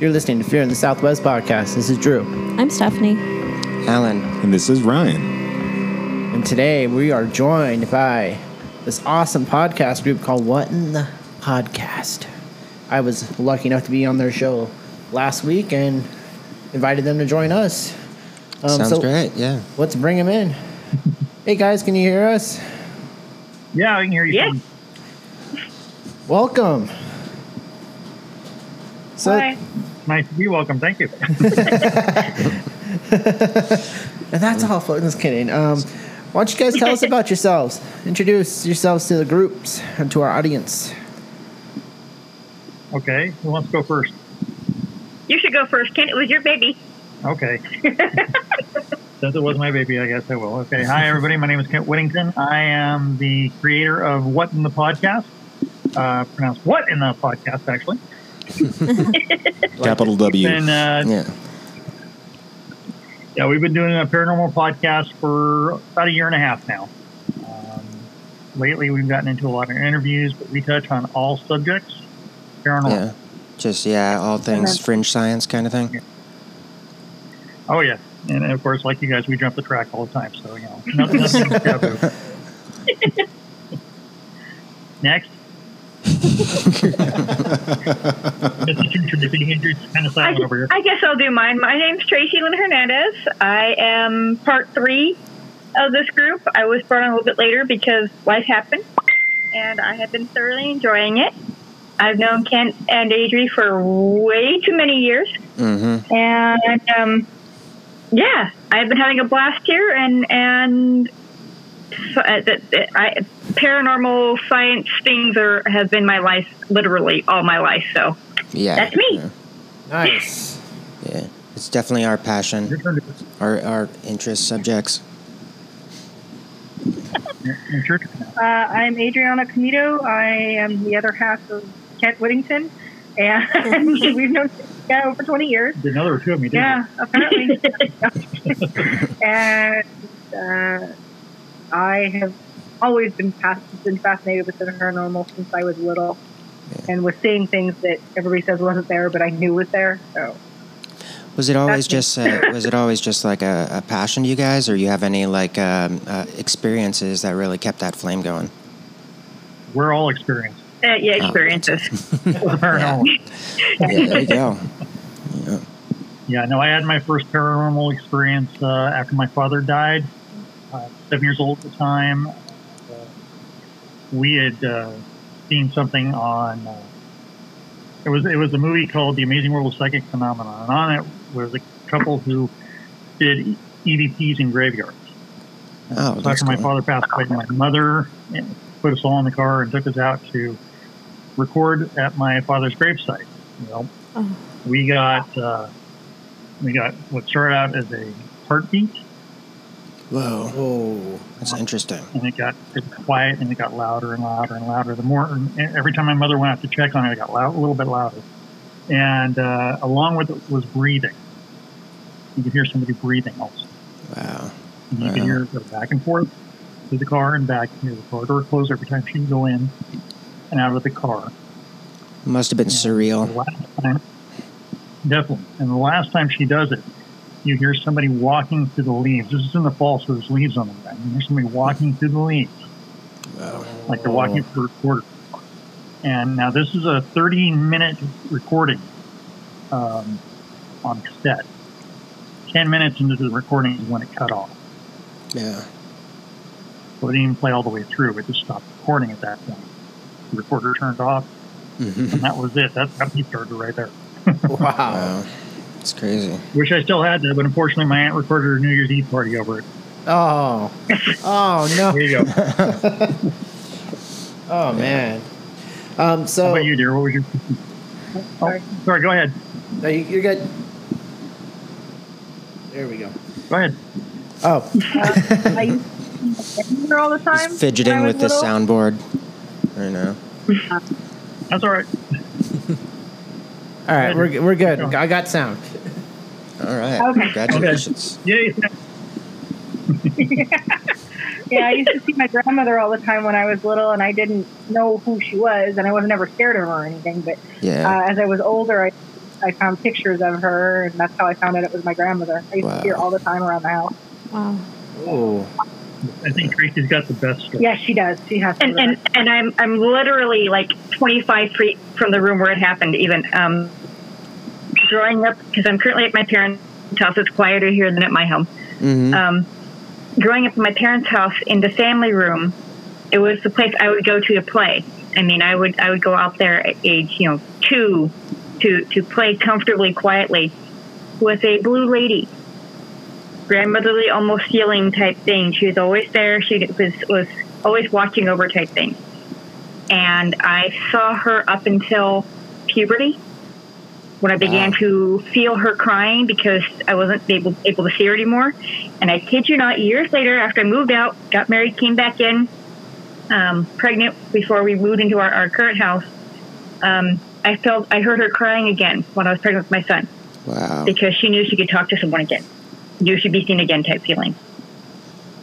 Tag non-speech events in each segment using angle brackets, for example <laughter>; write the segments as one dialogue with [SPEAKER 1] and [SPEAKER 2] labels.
[SPEAKER 1] You're listening to Fear in the Southwest podcast. This is Drew,
[SPEAKER 2] I'm Stephanie. Um,
[SPEAKER 3] Alan.
[SPEAKER 4] And this is Ryan.
[SPEAKER 1] and today we are joined by this awesome podcast group called What in the Podcast. I was lucky enough to be on their show last week and invited them to join us. Um,
[SPEAKER 3] Sounds
[SPEAKER 1] so
[SPEAKER 3] great. Yeah.
[SPEAKER 1] Let's bring them in. Hey guys, can you hear us?
[SPEAKER 5] Yeah, I can hear you.
[SPEAKER 6] Yes.
[SPEAKER 1] Welcome. So,
[SPEAKER 6] Hi.
[SPEAKER 5] Nice to be welcome. Thank you. <laughs>
[SPEAKER 1] And that's all, folks. Just kidding. Um, why don't you guys tell us about yourselves? Introduce yourselves to the groups and to our audience.
[SPEAKER 5] okay, who wants to go first?
[SPEAKER 6] You should go first, Ken. It was your baby.
[SPEAKER 5] Okay. Since it was my baby, I guess I will. Okay. Hi, everybody. My name is Kent Whittington. I am the creator of What in the Podcast. Uh, pronounced What in the Podcast, actually.
[SPEAKER 4] Capital W.
[SPEAKER 5] Been, uh, yeah.
[SPEAKER 3] Yeah.
[SPEAKER 5] we've been doing a paranormal podcast for about a year and a half now. Um, lately, we've gotten into a lot of interviews, but we touch on all subjects paranormal.
[SPEAKER 3] Yeah. Just yeah, all things fringe science kind of thing.
[SPEAKER 5] Oh yeah, and of course, like you guys, we jump the track all the time, so you know nothing. nothing is taboo. <laughs> Next, Mr. Teacher, you're being injured, kind of
[SPEAKER 6] I,
[SPEAKER 5] silent over here.
[SPEAKER 6] I guess I'll do mine. My name's Tracy Lynn Hernandez. I am part three of this group. I was brought on a little bit later because life happened, and I have been thoroughly enjoying it. I've known Kent and Adri for way too many years,
[SPEAKER 3] Mm-hmm.
[SPEAKER 6] and um, yeah, I've been having a blast here, and and f- uh, that- that I, paranormal science things are have been my life literally all my life. So
[SPEAKER 3] Yeah.
[SPEAKER 6] That's me.
[SPEAKER 3] Yeah.
[SPEAKER 1] Nice.
[SPEAKER 3] Yeah. It's definitely our passion,
[SPEAKER 5] Your turn to-
[SPEAKER 3] our our interest subjects.
[SPEAKER 5] it's your turn now.
[SPEAKER 7] Uh, I'm Adriana Comito. I am the other half of Kent Whittington,
[SPEAKER 6] <laughs>
[SPEAKER 7] and we've known this guy over 20 years.
[SPEAKER 5] Didn't know there were two of me. didn't
[SPEAKER 7] Yeah,
[SPEAKER 6] <laughs>
[SPEAKER 7] apparently. and uh, I have always been, fas- been fascinated with the paranormal since I was little, and was seeing things that everybody says wasn't there, but I knew was there. So
[SPEAKER 3] Was it always
[SPEAKER 7] That's
[SPEAKER 3] just uh, was it always just like a, a passion to you guys, or you have any like um, uh, experiences that really kept that flame going?
[SPEAKER 5] you? We're all
[SPEAKER 6] <laughs>
[SPEAKER 5] experienced.
[SPEAKER 6] uh, yeah, experiences.
[SPEAKER 5] Paranormal.
[SPEAKER 3] Yeah, there you go.
[SPEAKER 5] Yeah, no, I had my first paranormal experience uh, after my father died. Uh, seven years old at the time. Uh, we had uh, seen something on. Uh, it was it was a movie called The Amazing World of Psychic Phenomena, and on it was a couple who did E-, EVPs in graveyards.
[SPEAKER 3] Oh,
[SPEAKER 5] So
[SPEAKER 3] that's
[SPEAKER 5] after my
[SPEAKER 3] cool.
[SPEAKER 5] father passed away, my mother eh, put us all in the car and took us out to record at my father's gravesite. Well,
[SPEAKER 2] Oh.
[SPEAKER 5] we got uh, we got what started out as a heartbeat,
[SPEAKER 3] Whoa,
[SPEAKER 1] Oh,
[SPEAKER 3] that's interesting.
[SPEAKER 5] and it got it got quiet, and it got louder and louder and louder. The more and every time my mother went out to check on it, it got loud, a little bit louder, and uh, along with it was breathing. You could hear somebody breathing also.
[SPEAKER 3] Wow.
[SPEAKER 5] And you
[SPEAKER 3] Yeah.
[SPEAKER 5] can hear her go back and forth to the car and back. You hear the car door close every time she'd go in and out of the car.
[SPEAKER 3] Must have been
[SPEAKER 5] The
[SPEAKER 3] surreal.
[SPEAKER 5] last time, definitely. And the last time she does it, you hear somebody walking through the leaves. This is in the fall, so there's leaves on the ground. You hear somebody walking through the leaves,
[SPEAKER 3] Wow.
[SPEAKER 5] like they're walking through a quarter. And now this is a 30 minute recording um, on cassette. 10 minutes into the recording is when it cut off.
[SPEAKER 3] Yeah.
[SPEAKER 5] So it didn't even play all the way through. It just stopped recording at that point. The recorder turned off,
[SPEAKER 3] Mhm.
[SPEAKER 5] and that was it. That's how he started right there.
[SPEAKER 1] wow.
[SPEAKER 5] <laughs>
[SPEAKER 3] Wow. It's crazy.
[SPEAKER 5] Wish I still had that, but unfortunately, my aunt recorded her New Year's Eve party over it.
[SPEAKER 1] Oh, oh
[SPEAKER 5] There
[SPEAKER 1] no.
[SPEAKER 5] <laughs> you go. how
[SPEAKER 1] Oh man. Um, so
[SPEAKER 5] about you, dear? What was your? Oh, sorry. Go ahead.
[SPEAKER 1] No, you, you're good. There we go.
[SPEAKER 5] Go ahead.
[SPEAKER 1] Oh,
[SPEAKER 7] I used to be here all the time.
[SPEAKER 3] He's fidgeting
[SPEAKER 7] when I was
[SPEAKER 3] with the
[SPEAKER 7] little.
[SPEAKER 3] soundboard right now.
[SPEAKER 5] That's all right.
[SPEAKER 1] all right. We're g- we're good. I got sound.
[SPEAKER 3] All right.
[SPEAKER 7] Okay.
[SPEAKER 3] Congratulations.
[SPEAKER 5] Yay!
[SPEAKER 7] yeah, I used to see my grandmother all the time when I was little, and I didn't know who she was, and I wasn't ever scared of her or anything. But
[SPEAKER 6] Uh,
[SPEAKER 3] Yeah.
[SPEAKER 7] uh, as I was older, I I found pictures of her, and that's how I found out it was my grandmother. I used
[SPEAKER 3] Wow.
[SPEAKER 7] to see her all the time around the house.
[SPEAKER 2] Wow.
[SPEAKER 1] Oh,
[SPEAKER 5] I think Tracy's got the best story.
[SPEAKER 7] Yeah, she does. She has.
[SPEAKER 6] And, and and I'm I'm literally like 25 feet from the room where it happened. Even um, drawing up because I'm currently at my parents' house. It's quieter here than at my home.
[SPEAKER 3] Mm-hmm.
[SPEAKER 6] Um, growing up at my parents' house in the family room, it was the place I would go to to play. I mean, I would I would go out there at age you know two to to play comfortably, quietly with a blue lady, grandmotherly, almost healing type thing. She was always there. She was was always watching over type thing. And I saw her up until puberty when I began
[SPEAKER 3] Wow.
[SPEAKER 6] to feel her crying because I wasn't able, able to see her anymore. And I kid you not, years later, after I moved out, got married, came back in, um, pregnant before we moved into our, our current house, um, I felt I heard her crying again when I was pregnant with my son
[SPEAKER 3] Wow.
[SPEAKER 6] because she knew she could talk to someone again, knew she'd be seen again type feeling.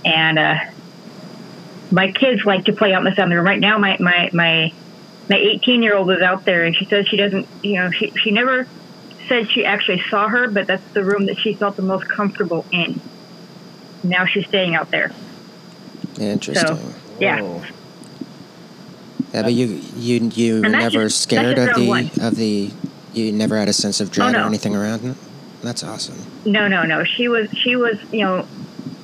[SPEAKER 6] And uh, my kids like to play out in the family room. Right now, my my my my 18 year old is out there, and she says she doesn't. You know, she she never said she actually saw her, but that's the room that she felt the most comfortable in. Now she's staying out there.
[SPEAKER 3] Interesting.
[SPEAKER 6] Yeah.
[SPEAKER 1] whoa.
[SPEAKER 3] Yeah, but you you you were
[SPEAKER 6] And that's
[SPEAKER 3] never
[SPEAKER 6] just- that's
[SPEAKER 3] scared
[SPEAKER 6] just
[SPEAKER 3] of the
[SPEAKER 6] round
[SPEAKER 3] of the you never had a sense of dread
[SPEAKER 6] no.
[SPEAKER 3] or anything around it. That's awesome.
[SPEAKER 6] No, no, no. She was she was you know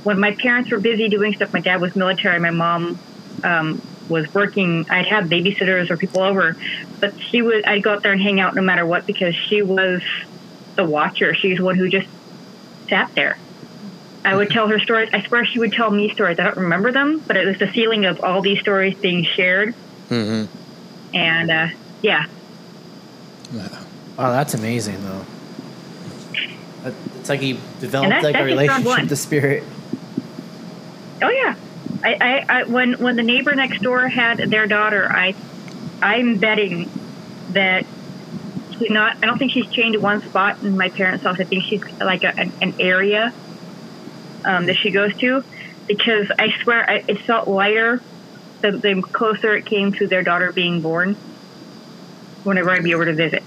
[SPEAKER 6] when my parents were busy doing stuff. My dad was military. My mom um, was working. I'd have babysitters or people over, but she would. I'd go out there and hang out no matter what because she was the watcher. She's the one who just sat there. I would tell her stories. I swear she would tell me stories. I don't remember them, but it was the feeling of all these stories being shared.
[SPEAKER 3] hmm
[SPEAKER 6] And uh, yeah,
[SPEAKER 3] Wow.
[SPEAKER 1] Wow, that's amazing though. That- It's like you developed
[SPEAKER 6] that's-
[SPEAKER 1] like a
[SPEAKER 6] that's just round
[SPEAKER 1] relationship
[SPEAKER 6] one.
[SPEAKER 1] to spirit.
[SPEAKER 6] Oh yeah, I, I, I when when the neighbor next door had their daughter, I I'm betting that she's not. I don't think she's changed one spot in my parents' house. I think she's like a, an, an area um, that she goes to because I swear I, it felt lighter the, the closer it came to their daughter being born. Whenever I'd be over to visit,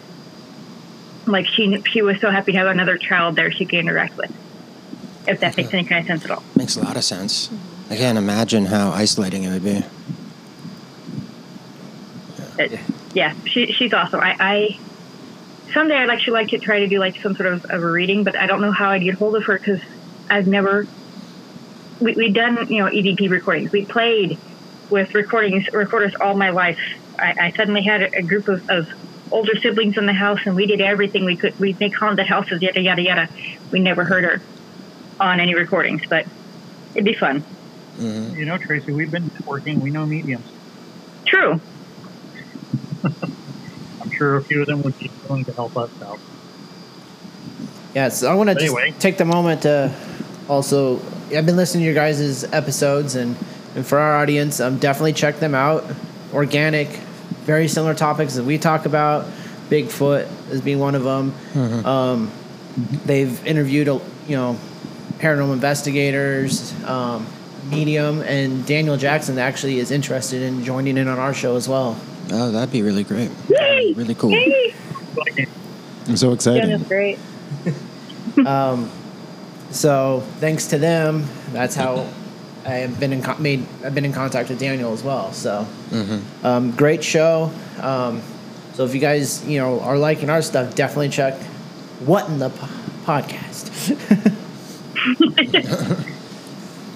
[SPEAKER 6] like she she was so happy to have another child there she could interact with. If that makes any kind of sense at all.
[SPEAKER 3] Makes a lot of sense. I can't imagine how isolating it would be.
[SPEAKER 6] But, yeah, she, she's awesome. I, I someday I'd actually like to try to do like some sort of, of a reading, but I don't know how I'd get hold of her because I've never we we done you know EVP recordings. We played with recordings recorders all my life. I, I suddenly had a, a group of, of older siblings in the house, and we did everything we could. We'd make haunted houses, yada yada yada. We never heard her on any recordings, but it'd be fun.
[SPEAKER 3] hmm
[SPEAKER 5] You know, Tracy, we've been networking. We know mediums.
[SPEAKER 6] True.
[SPEAKER 5] I'm sure a few of them would be willing to help us out.
[SPEAKER 1] Yeah, so I want to
[SPEAKER 5] Anyway.
[SPEAKER 1] just take the moment to also. I've been listening to your guys' episodes, and, and for our audience, um, definitely check them out. Organic, very similar topics that we talk about. Bigfoot as being one of them. Um, they've interviewed, a, you know, paranormal investigators, um, medium, and Daniel Jackson actually is interested in joining in on our show as well.
[SPEAKER 3] Oh, that'd be really great.
[SPEAKER 6] Yay!
[SPEAKER 3] Really cool.
[SPEAKER 6] Yay!
[SPEAKER 5] But I can't-
[SPEAKER 4] I'm so
[SPEAKER 7] Daniel's
[SPEAKER 4] excited.
[SPEAKER 7] great.
[SPEAKER 1] Um, so thanks to them, that's how I have been in con- made. I've been in contact with Daniel as well. So um, great show. Um, so if you guys you know are liking our stuff, definitely check what in the po- podcast.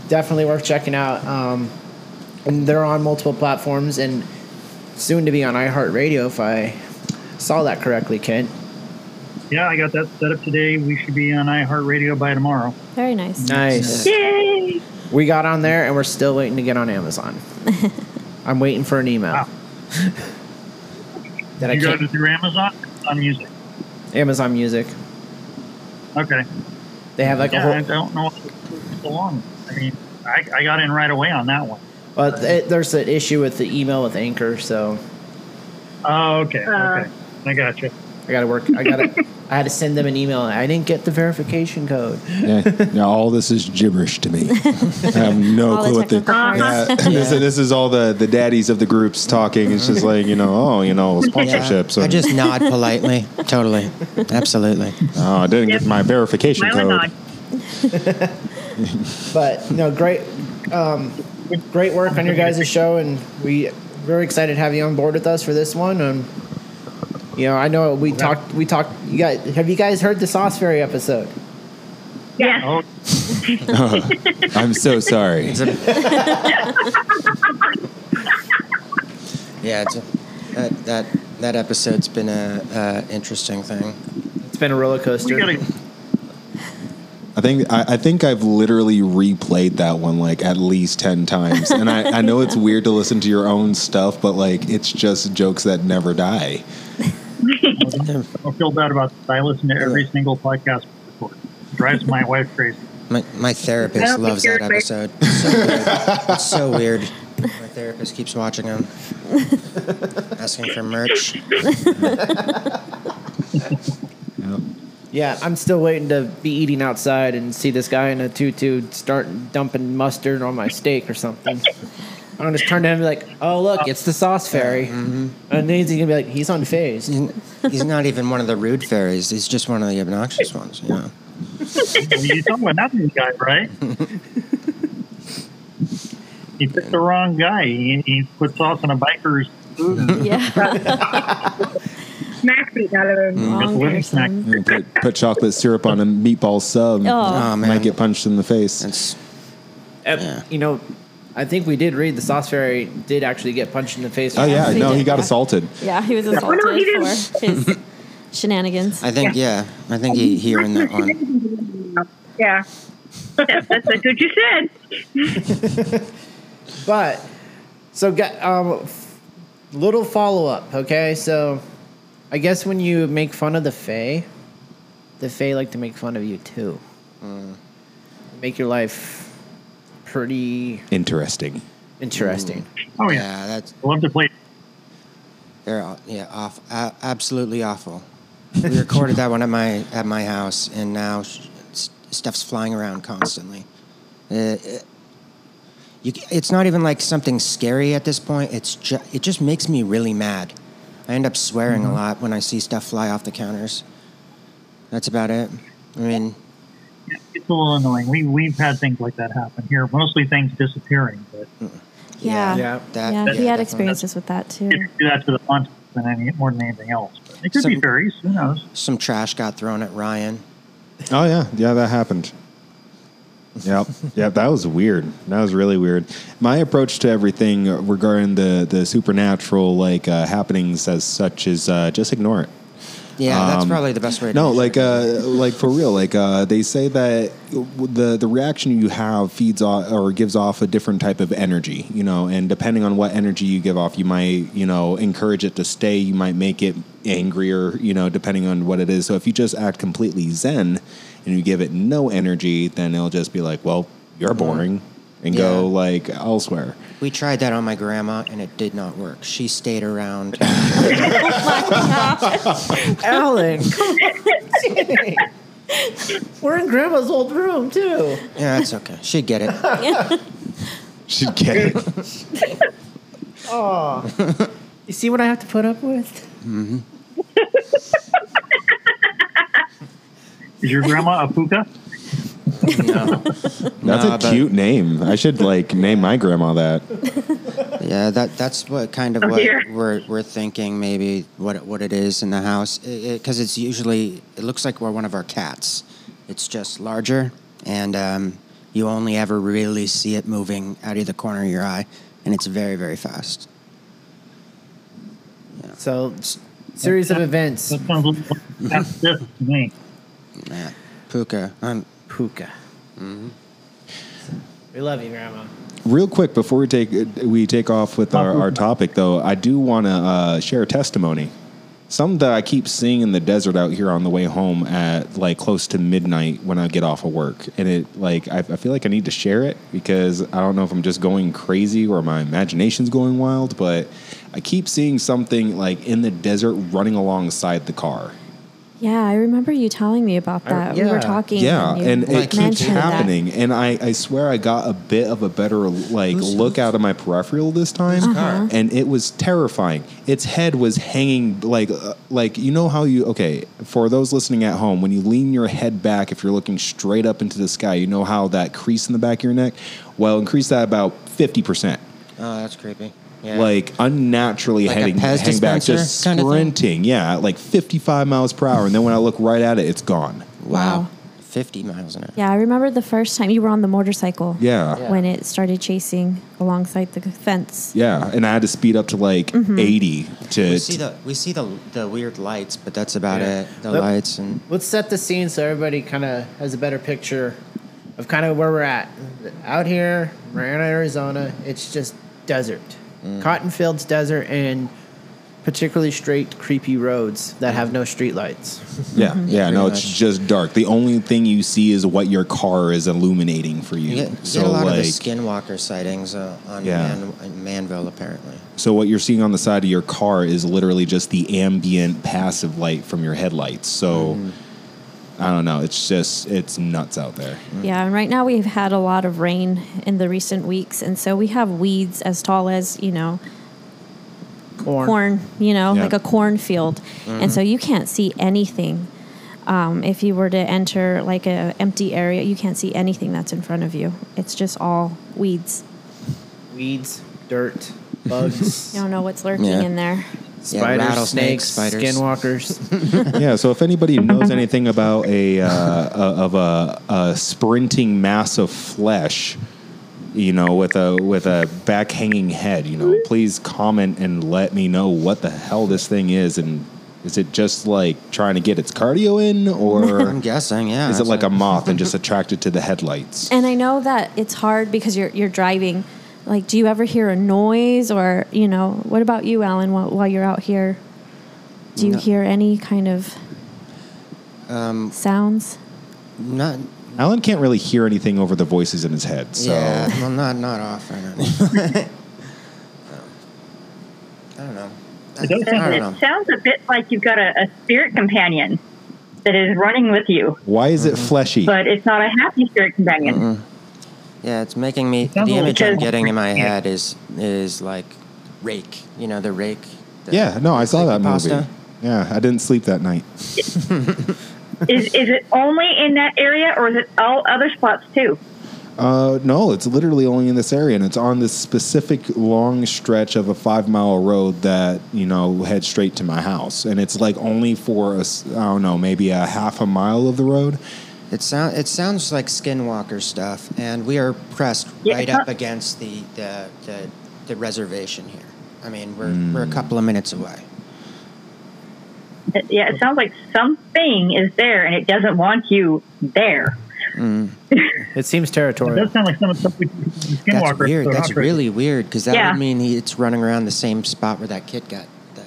[SPEAKER 1] definitely worth checking out. Um, and they're on multiple platforms and soon to be on iHeartRadio if I saw that correctly, Kent.
[SPEAKER 5] Yeah, I got that set up today. We should be on iHeartRadio by tomorrow.
[SPEAKER 2] Very nice.
[SPEAKER 1] Nice.
[SPEAKER 6] Yay!
[SPEAKER 1] We got on there and we're still waiting to get on Amazon. I'm waiting for an email.
[SPEAKER 5] Wow.
[SPEAKER 1] that I
[SPEAKER 5] you go
[SPEAKER 1] can't,
[SPEAKER 5] to through Amazon on music.
[SPEAKER 1] Amazon Music.
[SPEAKER 5] Okay.
[SPEAKER 1] They have like
[SPEAKER 5] yeah, I
[SPEAKER 1] a whole.
[SPEAKER 5] don't know what took so long. I mean, I, I got in right away on that one.
[SPEAKER 1] Well, th- there's an issue with the email with Anchor, so
[SPEAKER 5] Oh, okay.
[SPEAKER 7] Uh,
[SPEAKER 5] okay. I got you.
[SPEAKER 1] I gotta work. I
[SPEAKER 5] <laughs>
[SPEAKER 1] gotta. I had to send them an email. I didn't get the verification code.
[SPEAKER 2] Yeah. Now all this is gibberish to
[SPEAKER 4] <laughs>
[SPEAKER 2] me. I have no
[SPEAKER 4] All the
[SPEAKER 2] clue what the
[SPEAKER 4] technical parts.
[SPEAKER 2] yeah, <laughs> this, this is all the the daddies of the groups talking. It's just like you know, oh, you know, sponsorship. So
[SPEAKER 3] I just nod politely. Totally. Absolutely.
[SPEAKER 2] oh, I didn't get my verification
[SPEAKER 5] Smile and
[SPEAKER 2] code.
[SPEAKER 5] nod.
[SPEAKER 1] But no, great, um, great work on your guys' show, and we very excited to have you on board with us for this one. And you know, I know we talked. We talked. You guys, have you guys heard the Sauce Fairy episode?
[SPEAKER 6] Yes.
[SPEAKER 5] Oh,
[SPEAKER 2] I'm so sorry.
[SPEAKER 3] Yeah, it's a, that, that, that episode's been a uh, interesting thing.
[SPEAKER 1] It's been a roller coaster.
[SPEAKER 5] we gotta,
[SPEAKER 2] <laughs> I think I, I think I've literally replayed that one like at least ten times, and I, I know it's weird to listen to your own stuff, but like it's just jokes that never die.
[SPEAKER 5] I don't feel bad about this. I listen to every single podcast we record. Drives my wife crazy.
[SPEAKER 3] My, my
[SPEAKER 7] I
[SPEAKER 3] therapist
[SPEAKER 7] don't
[SPEAKER 3] loves
[SPEAKER 7] think
[SPEAKER 3] that
[SPEAKER 7] you're
[SPEAKER 3] episode. It's so weird. It's so weird. My therapist keeps watching them, asking for merch.
[SPEAKER 1] Yeah, I'm still waiting to be eating outside and see this guy in a tutu start dumping mustard on my steak or something. I'm gonna just turn to him and be like, "Oh look, it's the sauce fairy," and then he's gonna be like, "He's unfazed."
[SPEAKER 3] He's- He's not even one of the rude fairies. He's just one of the obnoxious ones. You know.
[SPEAKER 5] Well, you talking about nothing guy, right? he picked the wrong guy. He, he put sauce on a biker's food
[SPEAKER 4] Mm-hmm.
[SPEAKER 5] and
[SPEAKER 4] Yeah.
[SPEAKER 7] Smack beaten out of
[SPEAKER 3] Mm.
[SPEAKER 7] him.
[SPEAKER 4] Wrong
[SPEAKER 5] living snack.
[SPEAKER 4] person.
[SPEAKER 2] And Put, put chocolate syrup on a meatball sub.
[SPEAKER 4] Oh.
[SPEAKER 3] Oh man,
[SPEAKER 2] Might get punched in the face.
[SPEAKER 3] That's-
[SPEAKER 1] Uh,
[SPEAKER 3] Yeah.
[SPEAKER 1] You know, I think we did read the sauce fairy did actually get punched in the face.
[SPEAKER 2] oh yeah,
[SPEAKER 4] Yes, he
[SPEAKER 2] no, he
[SPEAKER 4] did,
[SPEAKER 2] got
[SPEAKER 4] yeah.
[SPEAKER 2] assaulted.
[SPEAKER 4] Yeah, he was assaulted
[SPEAKER 7] no, he didn't.
[SPEAKER 4] for his shenanigans.
[SPEAKER 3] I think yeah. I think he he earned that one.
[SPEAKER 7] Yeah.
[SPEAKER 6] Yes, that's like what you said.
[SPEAKER 1] But so got um, f- little follow up. Okay, so I guess when you make fun of the Fae, the Fae like to make fun of you too. Mm. Make your life pretty
[SPEAKER 2] Interesting.
[SPEAKER 1] interesting.
[SPEAKER 5] Oh, yeah.
[SPEAKER 3] Yeah, that's
[SPEAKER 5] I love to play.
[SPEAKER 3] they're aw- yeah off uh, absolutely awful. We recorded that one at my at my house, and now sh- s- stuff's flying around constantly. Uh, it- you, c- it's not even like something scary at this point. It's ju- it just makes me really mad. I end up swearing
[SPEAKER 2] Mm-hmm.
[SPEAKER 3] a lot when I see stuff fly off the counters. That's about it. I mean,
[SPEAKER 5] It's a little annoying. We, we've had things like that happen here, mostly things disappearing, but
[SPEAKER 4] Yeah.
[SPEAKER 1] Yeah.
[SPEAKER 3] that,
[SPEAKER 4] Yeah, he had
[SPEAKER 3] definitely.
[SPEAKER 4] experiences with that too.
[SPEAKER 5] you do that to the font than any, more than anything else. But it could be
[SPEAKER 3] Some-
[SPEAKER 5] fairies. Who knows?
[SPEAKER 3] Some trash got thrown at Ryan.
[SPEAKER 2] Oh yeah, yeah, that happened. Yep, yeah, that was weird. That was really weird. My approach to everything regarding the the supernatural like uh, happenings as such is uh, just ignore it.
[SPEAKER 3] Yeah, that's
[SPEAKER 2] Um,
[SPEAKER 3] probably the best way. to
[SPEAKER 2] No,
[SPEAKER 3] do it.
[SPEAKER 2] like, uh, like for real. Like, uh, they say that the the reaction you have feeds off or gives off a different type of energy, you know. And depending on what energy you give off, you might, you know, encourage it to stay. You might make it angrier, you know, depending on what it is. So if you just act completely zen and you give it no energy, then it'll just be like, well, you're boring, and go
[SPEAKER 3] Uh-huh. Yeah.
[SPEAKER 2] like elsewhere. <laughs>
[SPEAKER 3] We tried that on my grandma and it did not work. She stayed around.
[SPEAKER 1] Alan, come on. We're in Grandma's old room too.
[SPEAKER 3] yeah, it's okay. She'd get it. <laughs>
[SPEAKER 2] Should get it.
[SPEAKER 1] Oh, you see what I have to put up with?
[SPEAKER 5] Is your grandma a puka?
[SPEAKER 2] That's
[SPEAKER 3] Nah,
[SPEAKER 2] a
[SPEAKER 3] but-
[SPEAKER 2] cute name. I should like name my grandma that.
[SPEAKER 3] Yeah, that that's what kind of
[SPEAKER 6] Oh,
[SPEAKER 3] what
[SPEAKER 6] dear.
[SPEAKER 3] we're we're thinking maybe what it, what it is in the house because it's usually it looks like we're one of our cats. It's just larger and um, you only ever really see it moving out of the corner of your eye and it's very very fast.
[SPEAKER 1] So, s- series of events.
[SPEAKER 5] That sounds like that's stiff to me.
[SPEAKER 3] Yeah. Puka, um,
[SPEAKER 1] Puka. We love you, Grandma.
[SPEAKER 2] Real quick before we take we take off with our, our topic though, I do want to uh, share a testimony. Some that I keep seeing in the desert out here on the way home at like close to midnight when I get off of work, and it like I, I feel like I need to share it because I don't know if I'm just going crazy or my imagination's going wild, but I keep seeing something like in the desert running alongside the car.
[SPEAKER 4] Yeah, I remember you telling me about
[SPEAKER 1] I-
[SPEAKER 4] that. We
[SPEAKER 1] yeah.
[SPEAKER 4] were talking.
[SPEAKER 2] Yeah,
[SPEAKER 4] you
[SPEAKER 2] and it keeps
[SPEAKER 4] mentioned that.
[SPEAKER 2] happening. And I, I swear I got a bit of a better like look out of my peripheral this time,
[SPEAKER 4] car?
[SPEAKER 2] and it was terrifying. Its head was hanging like uh, like you know how you okay for those listening at home when you lean your head back if you're looking straight up into the sky you know how that crease in the back of your neck well increase that about fifty percent.
[SPEAKER 3] Oh, that's creepy. Yeah.
[SPEAKER 2] like unnaturally
[SPEAKER 3] Like a
[SPEAKER 2] heading
[SPEAKER 3] Pez
[SPEAKER 2] hang back,
[SPEAKER 3] dispenser
[SPEAKER 2] just
[SPEAKER 3] kinda thing?
[SPEAKER 2] sprinting. yeah, at like 55 miles per hour. And then when I look right at it, it's gone.
[SPEAKER 3] wow,
[SPEAKER 4] Wow.
[SPEAKER 3] fifty miles an hour.
[SPEAKER 4] Yeah, I remember the first time you were on the motorcycle.
[SPEAKER 2] Yeah. Yeah.
[SPEAKER 4] When it started chasing alongside the fence.
[SPEAKER 2] Yeah, and I had to speed up to like 80 to.
[SPEAKER 3] We see the we see the the weird lights, but that's about
[SPEAKER 1] Yeah.
[SPEAKER 3] it. The
[SPEAKER 1] Yep.
[SPEAKER 3] lights and
[SPEAKER 1] Let's set the scene so everybody kind of has a better picture of kind of where we're at. Out here, we're in Arizona. It's just desert,
[SPEAKER 3] Mm.
[SPEAKER 1] cotton fields, desert, and particularly straight, creepy roads that have no
[SPEAKER 3] <laughs>
[SPEAKER 1] streetlights.
[SPEAKER 2] yeah, yeah, no,
[SPEAKER 3] Mm-hmm. Pretty
[SPEAKER 2] it's
[SPEAKER 3] much.
[SPEAKER 2] just dark. The only thing you see is what your car is illuminating for you.
[SPEAKER 3] you get, you get
[SPEAKER 2] so
[SPEAKER 3] a lot
[SPEAKER 2] like,
[SPEAKER 3] of the skinwalker sightings uh, on
[SPEAKER 2] Yeah.
[SPEAKER 3] Man, in Manville apparently.
[SPEAKER 2] so what you're seeing on the side of your car is literally just the ambient passive light from your headlights. So.
[SPEAKER 3] Mm-hmm.
[SPEAKER 2] I don't know. It's just it's nuts out there.
[SPEAKER 4] Yeah, and right now we've had a lot of rain in the recent weeks, and so we have weeds as tall as you know
[SPEAKER 1] Corn.
[SPEAKER 4] corn, you know,
[SPEAKER 2] Yeah.
[SPEAKER 4] like a cornfield, and so you can't see anything. Um, if you were to enter like a empty area, you can't see anything that's in front of you. It's just all weeds.
[SPEAKER 1] weeds, dirt,
[SPEAKER 3] <laughs>
[SPEAKER 1] bugs,
[SPEAKER 4] You don't know what's lurking
[SPEAKER 3] Yeah.
[SPEAKER 4] in there.
[SPEAKER 1] spiders,
[SPEAKER 3] rattlesnakes,
[SPEAKER 1] snakes,
[SPEAKER 3] spiders. <laughs>
[SPEAKER 1] skinwalkers.
[SPEAKER 2] yeah. So if anybody knows anything about a, uh, a of a, a sprinting mass of flesh, you know, with a with a back hanging head, you know, please comment and let me know what the hell this thing is, and is it just like trying to get its cardio in,
[SPEAKER 3] I'm
[SPEAKER 2] or
[SPEAKER 3] guessing, <laughs> yeah.
[SPEAKER 2] is it
[SPEAKER 3] that's
[SPEAKER 2] like a moth and just attracted to the headlights?
[SPEAKER 4] And I know that it's hard because you're you're driving. Like, do you ever hear a noise or you know? What about you, Alan? While, while you're out here, do you hear any kind of
[SPEAKER 3] Um,
[SPEAKER 4] sounds?
[SPEAKER 3] not?
[SPEAKER 2] Alan can't really hear anything over the voices in his head, so
[SPEAKER 3] Yeah, well, not not
[SPEAKER 2] <laughs>
[SPEAKER 3] often. I don't know. I don't know.
[SPEAKER 5] It does
[SPEAKER 3] I
[SPEAKER 5] sound
[SPEAKER 6] it
[SPEAKER 3] don't know.
[SPEAKER 6] sounds a bit like you've got a, a spirit companion that is running with you,
[SPEAKER 2] why is
[SPEAKER 3] Mm-hmm.
[SPEAKER 2] it fleshy?
[SPEAKER 6] but it's not a happy spirit companion.
[SPEAKER 3] Yeah, it's making me. The
[SPEAKER 5] sounds like
[SPEAKER 3] image
[SPEAKER 5] a-
[SPEAKER 3] I'm getting in my head is is like rake. You know the rake. the-
[SPEAKER 2] yeah, no, I saw
[SPEAKER 3] like
[SPEAKER 2] that
[SPEAKER 3] the
[SPEAKER 2] movie.
[SPEAKER 3] pasta.
[SPEAKER 2] Yeah, I didn't sleep that night.
[SPEAKER 6] <laughs> Is is it only in that area, or is it all other spots too?
[SPEAKER 2] Uh, no, it's literally only in this area, and it's on this specific long stretch of a five mile road that you know heads straight to my house, and it's like only for a s- I don't know maybe a half a mile of the road.
[SPEAKER 3] It sound it sounds like skinwalker stuff, and we are pressed
[SPEAKER 6] Yeah,
[SPEAKER 3] right
[SPEAKER 6] it's not-
[SPEAKER 3] up against the the, the the reservation here. I mean, we're
[SPEAKER 2] Mm.
[SPEAKER 3] we're a couple of minutes away.
[SPEAKER 6] It- yeah, it sounds like something is there, and it doesn't want you there.
[SPEAKER 1] it seems
[SPEAKER 5] It
[SPEAKER 1] territorial.
[SPEAKER 5] does sound like some of the stuff we do in Skinwalker.
[SPEAKER 3] That's weird.
[SPEAKER 5] so
[SPEAKER 3] That's
[SPEAKER 5] not great.
[SPEAKER 3] really weird because that
[SPEAKER 6] Yeah.
[SPEAKER 3] would mean he, it's running around the same spot where that kid got that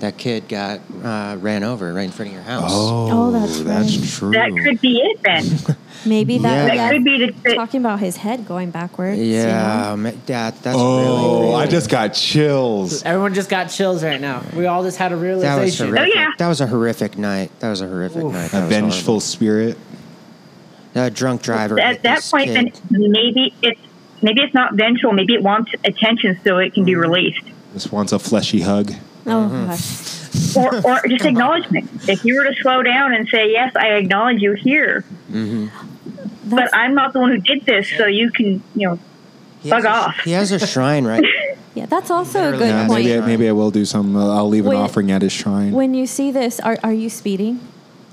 [SPEAKER 3] that kid got uh, ran over right in front of your house.
[SPEAKER 4] Oh, that's right.
[SPEAKER 2] true.
[SPEAKER 6] That could be it then.
[SPEAKER 4] Maybe that,
[SPEAKER 3] Yeah.
[SPEAKER 6] That could be the. the
[SPEAKER 4] talking about his head going backwards. you
[SPEAKER 3] Yeah,
[SPEAKER 4] know?
[SPEAKER 3] ma- that that's really.
[SPEAKER 2] Oh,
[SPEAKER 3] really
[SPEAKER 2] I just got chills.
[SPEAKER 1] Everyone just got chills right now. We all just had a
[SPEAKER 3] that was
[SPEAKER 1] realization.
[SPEAKER 3] horrific.
[SPEAKER 6] Oh, yeah.
[SPEAKER 3] That was a horrific night. That was a horrific night. That
[SPEAKER 2] A
[SPEAKER 3] was
[SPEAKER 2] vengeful spirit.
[SPEAKER 3] horrible. A drunk driver.
[SPEAKER 6] at
[SPEAKER 3] hit
[SPEAKER 6] that
[SPEAKER 3] this
[SPEAKER 6] point,
[SPEAKER 3] kid.
[SPEAKER 6] then maybe it's maybe it's not vengeful. Maybe it wants attention so it can be released,
[SPEAKER 2] This wants a fleshy hug.
[SPEAKER 4] Oh
[SPEAKER 3] Mm-hmm.
[SPEAKER 4] gosh.
[SPEAKER 6] or or just acknowledgement. If you were to slow down and say, "Yes, I acknowledge you here,"
[SPEAKER 4] That's-
[SPEAKER 6] but I'm not the one who did this, so you can you know
[SPEAKER 3] He has
[SPEAKER 6] bug
[SPEAKER 3] a-
[SPEAKER 6] off.
[SPEAKER 3] He has a shrine
[SPEAKER 6] <laughs>
[SPEAKER 3] right.
[SPEAKER 4] yeah, that's also a
[SPEAKER 3] Literally
[SPEAKER 4] good
[SPEAKER 2] Yeah,
[SPEAKER 3] has
[SPEAKER 4] point.
[SPEAKER 2] maybe I, maybe I will do some. Uh, I'll leave an
[SPEAKER 4] Wait.
[SPEAKER 2] offering at his shrine.
[SPEAKER 4] when you see this, are, are you speeding?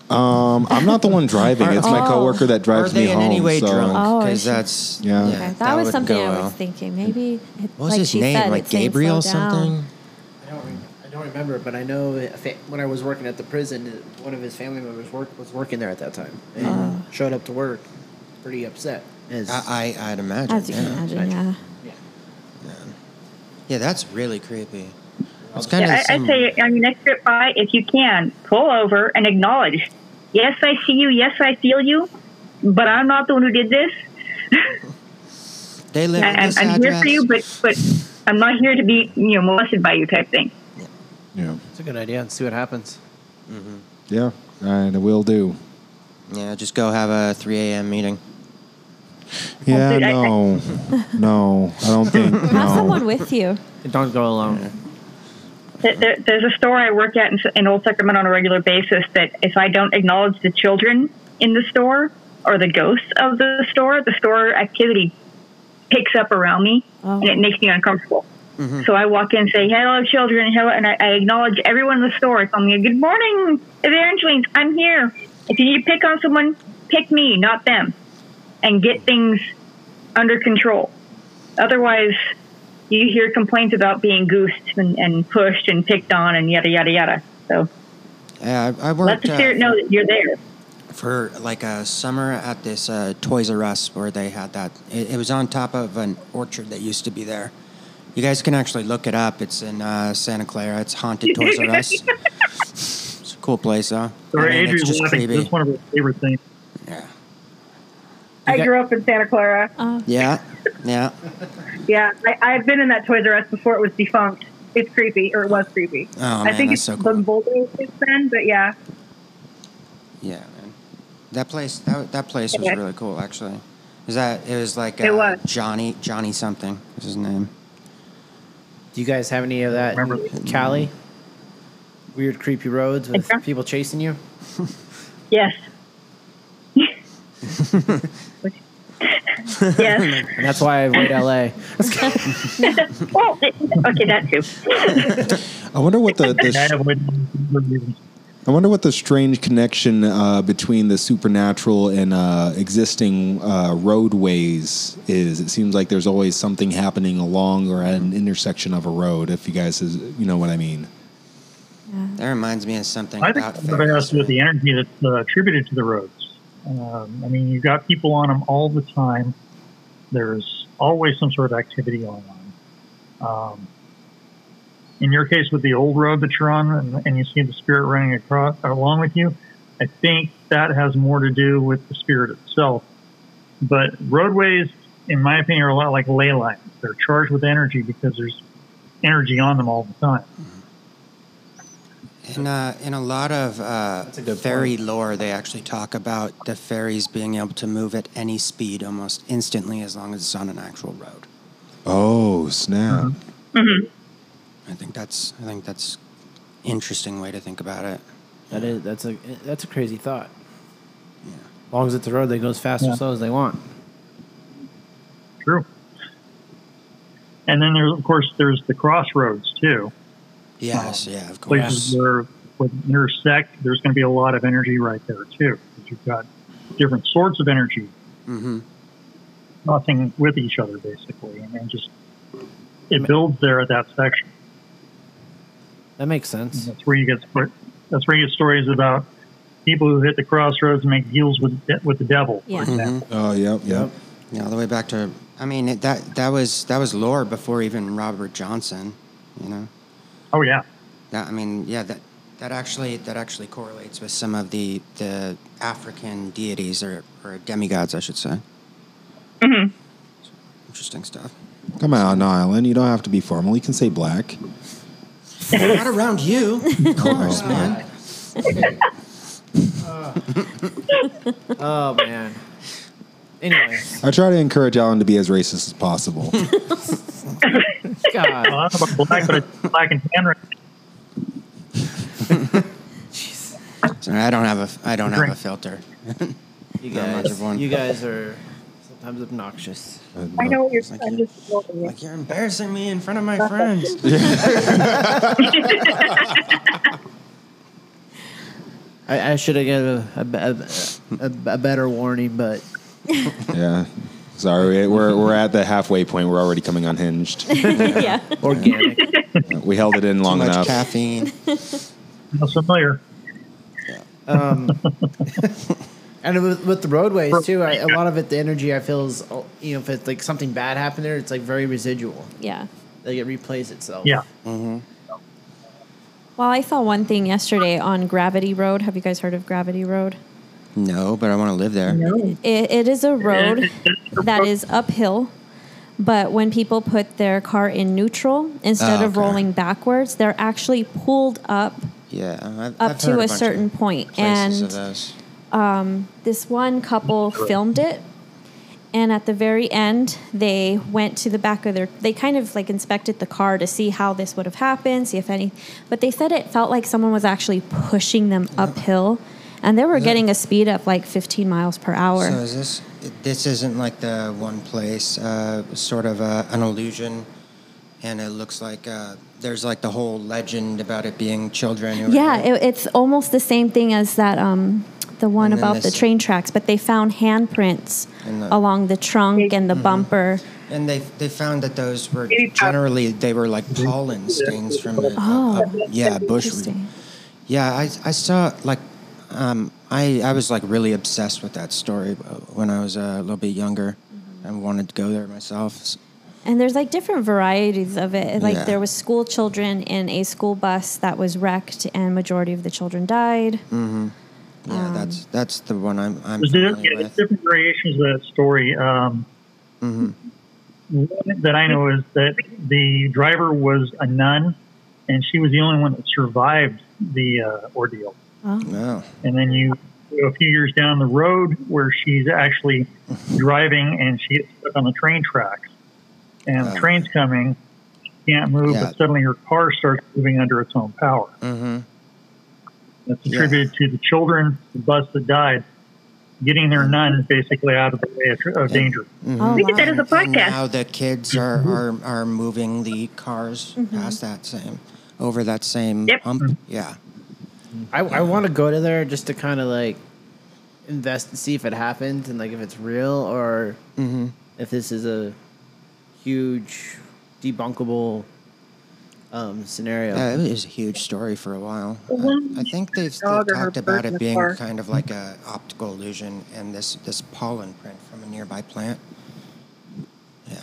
[SPEAKER 2] Um, I'm not the one
[SPEAKER 4] <laughs>
[SPEAKER 2] driving. It's my
[SPEAKER 4] Oh.
[SPEAKER 2] coworker that
[SPEAKER 3] Are
[SPEAKER 2] drives
[SPEAKER 3] they
[SPEAKER 2] me
[SPEAKER 3] in
[SPEAKER 2] home.
[SPEAKER 3] any way
[SPEAKER 2] so-
[SPEAKER 3] drunk?
[SPEAKER 4] Oh, I
[SPEAKER 3] Because
[SPEAKER 4] see.
[SPEAKER 3] that's
[SPEAKER 2] Yeah. Okay,
[SPEAKER 4] Okay, that,
[SPEAKER 3] wouldn't
[SPEAKER 4] was something
[SPEAKER 3] go
[SPEAKER 4] I was
[SPEAKER 3] well.
[SPEAKER 4] thinking. Maybe it,
[SPEAKER 3] What was
[SPEAKER 4] like
[SPEAKER 3] his
[SPEAKER 4] she
[SPEAKER 3] name?
[SPEAKER 4] said,
[SPEAKER 3] like
[SPEAKER 4] it's saying
[SPEAKER 3] Gabriel
[SPEAKER 4] slow down.
[SPEAKER 3] something?
[SPEAKER 1] I don't, rem- I don't remember, but I know if it- when I was working at the prison, uh, one of his family members work, was working there at that time and showed up to work pretty upset. As,
[SPEAKER 3] I, I I'd imagine.
[SPEAKER 4] As you can
[SPEAKER 3] yeah.
[SPEAKER 4] imagine, yeah.
[SPEAKER 3] Yeah, that's really creepy. It's kind of.
[SPEAKER 6] Yeah, I, I say on your next trip by, if you can, pull over and acknowledge. Yes, I see you. Yes, I feel you. But I'm not the one who did this.
[SPEAKER 3] they live
[SPEAKER 6] I,
[SPEAKER 3] at
[SPEAKER 6] I'm,
[SPEAKER 3] this
[SPEAKER 6] I'm here
[SPEAKER 3] address.
[SPEAKER 6] for you, but but I'm not here to be you know molested by you type thing.
[SPEAKER 2] Yeah.
[SPEAKER 1] It's a good idea and see what happens.
[SPEAKER 2] Yeah. And it will do.
[SPEAKER 3] Yeah, just go have a 3 a.m. meeting.
[SPEAKER 2] Yeah,
[SPEAKER 6] dude, I-
[SPEAKER 2] no. <laughs> No. I don't think.
[SPEAKER 4] Have
[SPEAKER 2] No.
[SPEAKER 4] someone with you. <laughs>
[SPEAKER 1] Don't go alone.
[SPEAKER 6] There- There, there's a store I work at in, in Old Sacramento on a regular basis that if I don't acknowledge the children in the store or the ghosts of the store, the store activity picks up around me
[SPEAKER 4] Oh.
[SPEAKER 6] and it makes me uncomfortable. So I walk in and say, hello, children, hello, and I, I acknowledge everyone in the store. It's on me, good morning, Evangelines, I'm here. If you need to pick on someone, pick me, not them, and get things under control. Otherwise, you hear complaints about being goosed and, and pushed and picked on and yada yada yada. So
[SPEAKER 3] Yeah, I, I
[SPEAKER 6] let
[SPEAKER 3] worked
[SPEAKER 6] the spirit
[SPEAKER 3] uh,
[SPEAKER 6] know that you're there.
[SPEAKER 3] for like a summer at this uh, Toys R Us where they had that. It, it was on top of an orchard that used to be there. You guys can actually look it up. It's in uh, Santa Clara. It's haunted Toys R
[SPEAKER 5] <laughs>
[SPEAKER 3] Us. It's a cool place, huh? I mean,
[SPEAKER 5] Sorry,
[SPEAKER 3] it's
[SPEAKER 5] Adrian's
[SPEAKER 3] just
[SPEAKER 5] laughing.
[SPEAKER 3] creepy.
[SPEAKER 5] That's one of her favorite things.
[SPEAKER 3] Yeah.
[SPEAKER 7] I
[SPEAKER 1] got-
[SPEAKER 7] grew up in Santa Clara.
[SPEAKER 4] Uh,
[SPEAKER 3] Yeah. Yeah.
[SPEAKER 7] Yeah, I, I've been in that Toys R Us before it was defunct. It's creepy, or it was creepy.
[SPEAKER 3] Oh,
[SPEAKER 7] I
[SPEAKER 3] man,
[SPEAKER 7] think
[SPEAKER 3] that's
[SPEAKER 7] it's
[SPEAKER 3] so cool.
[SPEAKER 7] been bolder since then, but yeah,
[SPEAKER 3] Yeah, man. That place, that, that place was
[SPEAKER 7] Okay.
[SPEAKER 3] really cool, actually. Is that it was like uh,
[SPEAKER 7] It was.
[SPEAKER 3] Johnny Johnny something was his name.
[SPEAKER 1] Do you guys have any of that in
[SPEAKER 5] Remember-
[SPEAKER 1] Cali? Weird, creepy roads with
[SPEAKER 6] Okay.
[SPEAKER 1] people chasing you?
[SPEAKER 6] Yes. yes.
[SPEAKER 1] And that's why I avoid LA.
[SPEAKER 6] Well, it- okay, that too.
[SPEAKER 2] I wonder what the, the
[SPEAKER 5] I avoid reasons.
[SPEAKER 2] I wonder what the strange connection uh, between the supernatural and uh, existing uh, roadways is. It seems like there's always something happening along or at an intersection of a road. If you guys, is, you know what I mean.
[SPEAKER 3] That reminds me of something
[SPEAKER 5] I think
[SPEAKER 3] about
[SPEAKER 5] it's something else
[SPEAKER 3] fairies.
[SPEAKER 5] with the energy that's uh, attributed to the roads. Um, I mean, you've got people on them all the time. There's always some sort of activity going on. Um, in your case, with the old road that you're on, and, and you see the spirit running across along with you, I think that has more to do with the spirit itself. But roadways, in my opinion, are a lot like ley lines. They're charged with energy because there's energy on them all the time.
[SPEAKER 3] In, uh, in a lot of uh, fairy lore, they actually talk about the fairies being able to move at any speed almost instantly as long as it's on an actual road.
[SPEAKER 2] Oh snap!
[SPEAKER 3] I think that's I think that's interesting way to think about it.
[SPEAKER 1] That is that's a that's a crazy thought. As long as it's a road that goes fast or
[SPEAKER 5] Yeah.
[SPEAKER 1] slow as they want.
[SPEAKER 5] True. And then there's, of course, there's the crossroads too.
[SPEAKER 3] Yes, yeah, of course.
[SPEAKER 5] Places where when you intersect, there's going to be a lot of energy right there too. 'cause You've got different sorts of energy,
[SPEAKER 3] Mm-hmm.
[SPEAKER 5] nothing with each other basically, and then just it builds there at that section.
[SPEAKER 1] That makes sense.
[SPEAKER 5] And that's where you get sp- that's where you get stories about people who hit the crossroads and make deals with de- with the devil. for
[SPEAKER 4] Yeah.
[SPEAKER 3] Mm-hmm.
[SPEAKER 5] example.
[SPEAKER 2] Oh yep, yep.
[SPEAKER 3] Yeah, all the way back to. I mean, it, that that was that was lore before even Robert Johnson. You know,
[SPEAKER 5] Oh yeah,
[SPEAKER 3] that I mean, yeah, that that actually that actually correlates with some of the the African deities or or demigods, I should say. Mm-hmm. Interesting stuff.
[SPEAKER 2] Come on, Island. You don't have to be formal. You can say black.
[SPEAKER 3] Not around
[SPEAKER 4] <laughs>
[SPEAKER 3] you, of course, man.
[SPEAKER 1] Oh man. Anyways,
[SPEAKER 2] I try to encourage Alan to be as racist as possible.
[SPEAKER 1] God,
[SPEAKER 5] well, I don't know about black, but it's black and tan. right now.
[SPEAKER 3] Sorry, I don't have a I don't have a
[SPEAKER 5] Drink.
[SPEAKER 3] filter.
[SPEAKER 1] you
[SPEAKER 3] Not much
[SPEAKER 1] guys,
[SPEAKER 3] of one.
[SPEAKER 1] you guys are sometimes obnoxious.
[SPEAKER 7] I know what you're
[SPEAKER 3] Thank
[SPEAKER 7] I'm
[SPEAKER 3] you.
[SPEAKER 7] just ignoring you.
[SPEAKER 3] Like you're embarrassing me in front
[SPEAKER 4] <laughs>
[SPEAKER 3] of my friends.
[SPEAKER 1] I, I should have given a, a, a, a, a better warning, but
[SPEAKER 2] yeah. Sorry, we're we're at the halfway point. We're already
[SPEAKER 3] <laughs>
[SPEAKER 2] coming unhinged.
[SPEAKER 4] yeah.
[SPEAKER 1] organic.
[SPEAKER 2] we held it in
[SPEAKER 3] Too
[SPEAKER 2] long
[SPEAKER 3] much
[SPEAKER 2] enough.
[SPEAKER 3] caffeine.
[SPEAKER 5] Sounds familiar.
[SPEAKER 1] Um, and with, with the roadways too, I, a lot of it, the energy I feel is, uh, you know, if it's like something bad happened there, it's like very residual.
[SPEAKER 4] Yeah.
[SPEAKER 1] Like it replays itself.
[SPEAKER 5] Yeah.
[SPEAKER 4] Well, I saw one thing yesterday on Gravity Road. Have you guys heard of Gravity Road?
[SPEAKER 3] No, but I want to live there.
[SPEAKER 4] It, it is a road that is uphill, But when people put their car in neutral instead
[SPEAKER 3] Oh,
[SPEAKER 4] of
[SPEAKER 3] okay.
[SPEAKER 4] rolling backwards, they're actually pulled up
[SPEAKER 3] Yeah, I've,
[SPEAKER 4] up
[SPEAKER 3] I've
[SPEAKER 4] to
[SPEAKER 3] heard
[SPEAKER 4] a,
[SPEAKER 3] bunch of
[SPEAKER 4] certain point.
[SPEAKER 3] places
[SPEAKER 4] And
[SPEAKER 3] of those.
[SPEAKER 4] this one couple filmed it and at the very end they went to the back of their they kind of like inspected the car to see how this would have happened see if any but they said it felt like someone was actually pushing them uphill and they were getting a speed up like 15 miles per hour
[SPEAKER 3] So is this? This isn't like the one place. Uh, sort of uh an illusion, and it looks like uh, there's like the whole legend about it being children. Who
[SPEAKER 4] yeah
[SPEAKER 3] Are,
[SPEAKER 4] it, it's almost the same thing as that um the one
[SPEAKER 3] And then
[SPEAKER 4] about the
[SPEAKER 3] this-
[SPEAKER 4] train tracks but they found handprints
[SPEAKER 3] And the- Mm-hmm.
[SPEAKER 4] along the trunk and the bumper
[SPEAKER 3] and they they found that those were
[SPEAKER 7] Maybe-
[SPEAKER 3] generally they were like pollen stains from the
[SPEAKER 4] Oh,
[SPEAKER 3] yeah bush.
[SPEAKER 4] interesting.
[SPEAKER 3] Yeah, I I saw like. Um, I, I was like really obsessed with that story when I was uh, a little bit younger
[SPEAKER 4] Mm-hmm.
[SPEAKER 3] and wanted to go there myself.
[SPEAKER 4] And there's like different varieties of it. Like
[SPEAKER 3] Yeah.
[SPEAKER 4] there was school children in a school bus that was wrecked, and majority of the children died. Um.
[SPEAKER 3] Yeah, that's that's the one I'm I'm familiar
[SPEAKER 5] There's, di- Mm-hmm. yeah, there's
[SPEAKER 3] with.
[SPEAKER 5] different variations of that story. Um, One that I know is that the driver was a nun, and she was the only one that survived the uh, ordeal.
[SPEAKER 3] No.
[SPEAKER 5] And then you go a few years down the road where she's actually driving and she gets stuck on the train tracks, and the train's coming, she can't move,
[SPEAKER 3] Oh. Yeah.
[SPEAKER 5] but suddenly her car starts moving under its own power.
[SPEAKER 3] Mm-hmm.
[SPEAKER 5] That's
[SPEAKER 3] Yeah.
[SPEAKER 5] attributed to the children, the bus that died, getting
[SPEAKER 3] Mm-hmm.
[SPEAKER 5] their nun basically out of the way of, of danger.
[SPEAKER 4] Oh,
[SPEAKER 6] We did that
[SPEAKER 4] wow.
[SPEAKER 6] as a
[SPEAKER 3] And
[SPEAKER 6] podcast.
[SPEAKER 3] now the kids are, are,
[SPEAKER 1] Mm-hmm.
[SPEAKER 3] are moving the cars
[SPEAKER 7] Mm-hmm.
[SPEAKER 3] past that same, over that same
[SPEAKER 6] Yep.
[SPEAKER 3] hump.
[SPEAKER 1] Mm-hmm.
[SPEAKER 3] Yeah.
[SPEAKER 1] I, I want to go to there just to kind of like invest and see if it happens and like if it's real or
[SPEAKER 3] Mm-hmm.
[SPEAKER 1] if this is a huge debunkable um, scenario.
[SPEAKER 3] Yeah, it was a huge story for a while.
[SPEAKER 7] one
[SPEAKER 3] I, I think they've, they've
[SPEAKER 7] dog or her
[SPEAKER 3] talked about
[SPEAKER 7] bird in
[SPEAKER 3] it
[SPEAKER 7] the
[SPEAKER 3] being
[SPEAKER 7] car.
[SPEAKER 3] kind of like a optical illusion and this, this pollen print from a nearby plant. Yeah.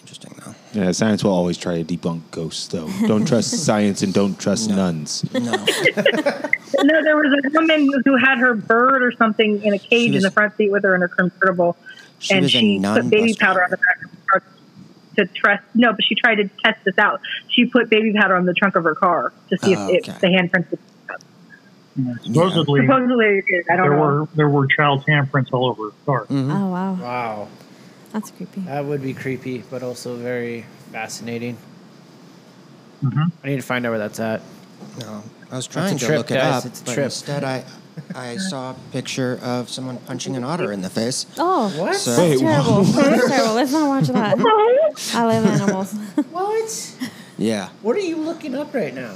[SPEAKER 3] Interesting, though.
[SPEAKER 2] Yeah, science will always try to debunk ghosts, though. Don't trust
[SPEAKER 3] <laughs>
[SPEAKER 2] science and don't trust nuns.
[SPEAKER 3] No.
[SPEAKER 7] No, there was a woman who had her bird or something in a cage
[SPEAKER 3] was-
[SPEAKER 7] in the front seat with her in her convertible,
[SPEAKER 3] She
[SPEAKER 7] and
[SPEAKER 3] was a
[SPEAKER 7] she
[SPEAKER 3] nun
[SPEAKER 7] put baby
[SPEAKER 3] bus
[SPEAKER 7] powder on the back of her car to test. No, but she tried to test this out. She put baby powder on the trunk of her car to see
[SPEAKER 3] Oh,
[SPEAKER 7] if
[SPEAKER 3] okay.
[SPEAKER 7] it, the handprints. Would,
[SPEAKER 5] Supposedly,
[SPEAKER 7] supposedly, I don't
[SPEAKER 5] there
[SPEAKER 7] know.
[SPEAKER 5] were there were child handprints all over the car.
[SPEAKER 3] Mm-hmm.
[SPEAKER 4] Oh wow,
[SPEAKER 1] wow.
[SPEAKER 4] that's creepy.
[SPEAKER 1] That would be creepy, but also very fascinating.
[SPEAKER 3] Mm-hmm.
[SPEAKER 5] Mhm.
[SPEAKER 1] I need to find out where that's at.
[SPEAKER 7] <laughs>
[SPEAKER 3] No, I was trying to
[SPEAKER 1] trip,
[SPEAKER 3] look it
[SPEAKER 1] guys.
[SPEAKER 3] up,
[SPEAKER 1] It's a
[SPEAKER 3] but
[SPEAKER 1] trip.
[SPEAKER 3] instead I, I saw a picture of someone punching an otter in the face.
[SPEAKER 4] Oh,
[SPEAKER 1] What?
[SPEAKER 3] So-
[SPEAKER 4] that's
[SPEAKER 2] Wait,
[SPEAKER 4] terrible. that's terrible. Let's not watch
[SPEAKER 6] <laughs>
[SPEAKER 4] that. I love
[SPEAKER 3] <laughs>
[SPEAKER 4] animals. <laughs>
[SPEAKER 1] What?
[SPEAKER 3] Yeah,
[SPEAKER 1] What are you looking up right now?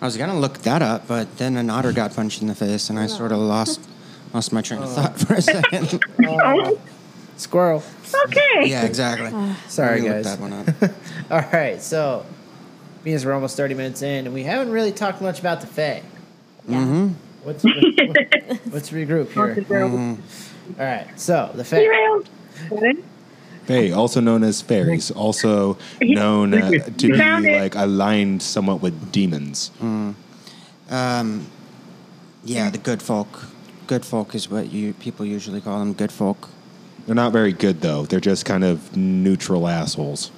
[SPEAKER 3] I was gonna look that up, but then an otter got punched in the face,
[SPEAKER 6] Oh.
[SPEAKER 3] and I sort of
[SPEAKER 6] <laughs>
[SPEAKER 3] lost, lost my train of thought for a second.
[SPEAKER 1] Uh, Squirrel.
[SPEAKER 6] Okay.
[SPEAKER 3] yeah, exactly.
[SPEAKER 6] Oh.
[SPEAKER 1] Sorry,
[SPEAKER 3] Let me look
[SPEAKER 1] guys.
[SPEAKER 3] that one up.
[SPEAKER 1] All right, so means we're almost thirty minutes in, and we haven't really talked much about the Fae.
[SPEAKER 3] Mm-hmm.
[SPEAKER 1] What's
[SPEAKER 3] <laughs>
[SPEAKER 1] what's regroup here?
[SPEAKER 3] Mm.
[SPEAKER 1] All right, so the Fae.
[SPEAKER 6] Derailed.
[SPEAKER 2] Fae, also known as fairies, also known uh, to be
[SPEAKER 6] Found it.
[SPEAKER 2] like aligned somewhat with demons.
[SPEAKER 3] Yeah, the good folk. Good folk is what you people usually call them. Good
[SPEAKER 6] <laughs>
[SPEAKER 3] folk.
[SPEAKER 2] They're not very good, though. They're just kind of neutral assholes.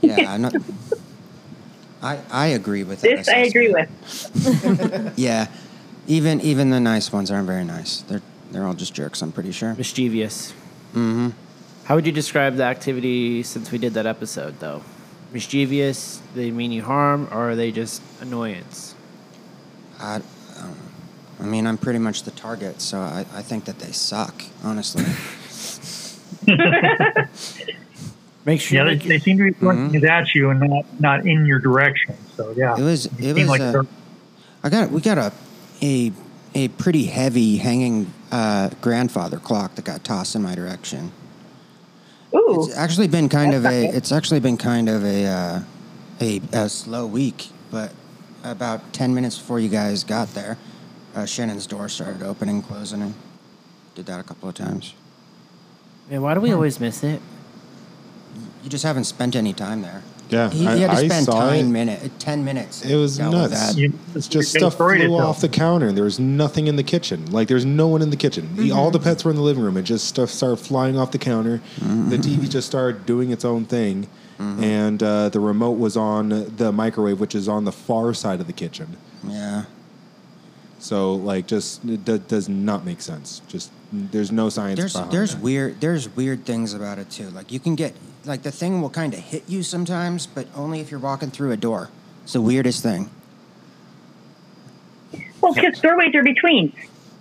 [SPEAKER 3] Yeah, I'm not. I I agree with that
[SPEAKER 6] This I agree
[SPEAKER 3] assessment.
[SPEAKER 6] with.
[SPEAKER 3] Yeah, even even the nice ones aren't very nice. They're they're all just jerks. I'm pretty sure.
[SPEAKER 1] Mischievous. Mm-hmm. How would you describe the activity since we did that episode, though? Mischievous? They mean you harm, or are they just annoyance?
[SPEAKER 3] I, um, I mean, I'm pretty much the target, so I, I think that they suck, honestly.
[SPEAKER 1] Make sure.
[SPEAKER 5] Yeah,
[SPEAKER 1] you
[SPEAKER 5] they,
[SPEAKER 1] make your-
[SPEAKER 5] they seem to be throwing things at you and not not in your direction. So yeah,
[SPEAKER 3] Mm-hmm. It was-
[SPEAKER 5] They
[SPEAKER 3] it
[SPEAKER 5] seem
[SPEAKER 3] was, uh,
[SPEAKER 5] they're-
[SPEAKER 3] I got we got a a a pretty heavy hanging uh, grandfather clock that got tossed in my direction.
[SPEAKER 6] Ooh.
[SPEAKER 3] It's uh, actually been kind of a it's actually been kind of a uh, a, a slow week, but about ten minutes before you guys got there, uh, Shannon's door started opening, and closing, and did that a couple of times.
[SPEAKER 1] Man, why do we always miss it?
[SPEAKER 3] You just haven't spent any time there.
[SPEAKER 2] Yeah,
[SPEAKER 3] He, he had to
[SPEAKER 2] I- I
[SPEAKER 3] spend
[SPEAKER 2] saw
[SPEAKER 3] time
[SPEAKER 2] it.
[SPEAKER 3] minute, ten minutes.
[SPEAKER 2] It was
[SPEAKER 3] dealing with
[SPEAKER 2] nuts.
[SPEAKER 3] that.
[SPEAKER 5] You-
[SPEAKER 2] It's just
[SPEAKER 5] you
[SPEAKER 2] stuff
[SPEAKER 5] destroyed
[SPEAKER 2] flew
[SPEAKER 5] it,
[SPEAKER 2] off
[SPEAKER 5] though.
[SPEAKER 2] the counter. There was nothing in the kitchen. Like there's no one in the kitchen. The- All
[SPEAKER 5] Mm-hmm.
[SPEAKER 2] the pets were in the living room. It just stuff started flying off the counter. The
[SPEAKER 3] Mm-hmm.
[SPEAKER 2] TV just started doing its own thing, and uh, the remote was on the microwave, which is on the far side of the kitchen.
[SPEAKER 3] Yeah.
[SPEAKER 2] So like, just it do- does not make sense. Just there's no science.
[SPEAKER 3] There's
[SPEAKER 2] behind
[SPEAKER 3] there's
[SPEAKER 2] that.
[SPEAKER 3] weird there's weird things about it too. Like you can get like the thing will kind of hit you sometimes, but only if you're walking through a door. It's the weirdest thing.
[SPEAKER 6] Well, because doorways are between.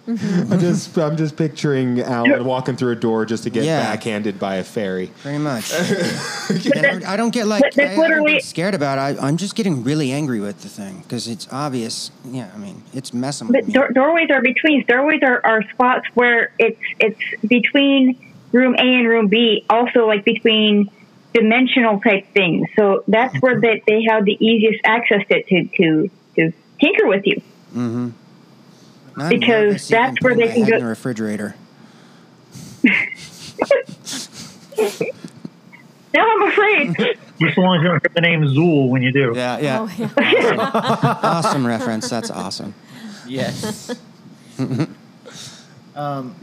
[SPEAKER 2] <laughs> I'm just I'm just picturing Alan walking through a door just to get
[SPEAKER 3] Yeah.
[SPEAKER 2] backhanded by a fairy.
[SPEAKER 3] Pretty <laughs> much. And I, I don't get like
[SPEAKER 6] But there's
[SPEAKER 3] I- I, don't
[SPEAKER 6] literally-
[SPEAKER 3] get scared about it. I, I'm just getting really angry with the thing because it's obvious. Yeah, I mean, it's messing with
[SPEAKER 6] But
[SPEAKER 3] me.
[SPEAKER 6] door- doorways are between. Doorways are, are spots where it's it's between room A and room B. Also, like between dimensional type things. So that's where they, they have the easiest access to to to, to tinker with you.
[SPEAKER 3] Now I'm nervous
[SPEAKER 6] because
[SPEAKER 3] even
[SPEAKER 6] that's where
[SPEAKER 3] putting
[SPEAKER 6] they
[SPEAKER 3] my
[SPEAKER 6] can
[SPEAKER 3] head
[SPEAKER 6] go-
[SPEAKER 3] in the refrigerator.
[SPEAKER 6] Now I'm afraid.
[SPEAKER 5] Just as long as you don't hear the name Zool when you do.
[SPEAKER 3] Yeah, yeah.
[SPEAKER 4] Oh, yeah.
[SPEAKER 3] awesome
[SPEAKER 6] <laughs>
[SPEAKER 3] reference. That's awesome. <laughs>
[SPEAKER 1] Yes. <laughs> um, so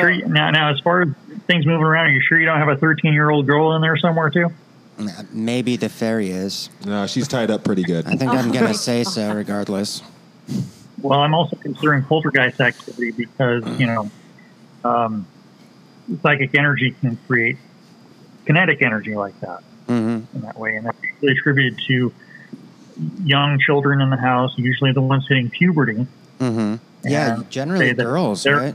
[SPEAKER 5] Sure, you- now, now, as far as things moving around, are you sure you don't have a 13 year old girl in there somewhere, too?
[SPEAKER 3] Uh, Maybe the fairy is.
[SPEAKER 2] No, she's tied up pretty good.
[SPEAKER 3] I think I'm
[SPEAKER 4] Oh,
[SPEAKER 3] gonna
[SPEAKER 4] my
[SPEAKER 3] say so, regardless.
[SPEAKER 5] Well, I'm also considering poltergeist activity because, you know, um, psychic energy can create kinetic energy like that
[SPEAKER 3] hmm
[SPEAKER 5] in that way. And that's usually attributed to young children in the house, usually the ones hitting puberty.
[SPEAKER 3] hmm Yeah,
[SPEAKER 5] And
[SPEAKER 3] generally
[SPEAKER 5] they- they're-
[SPEAKER 3] girls,
[SPEAKER 5] they're-
[SPEAKER 3] right?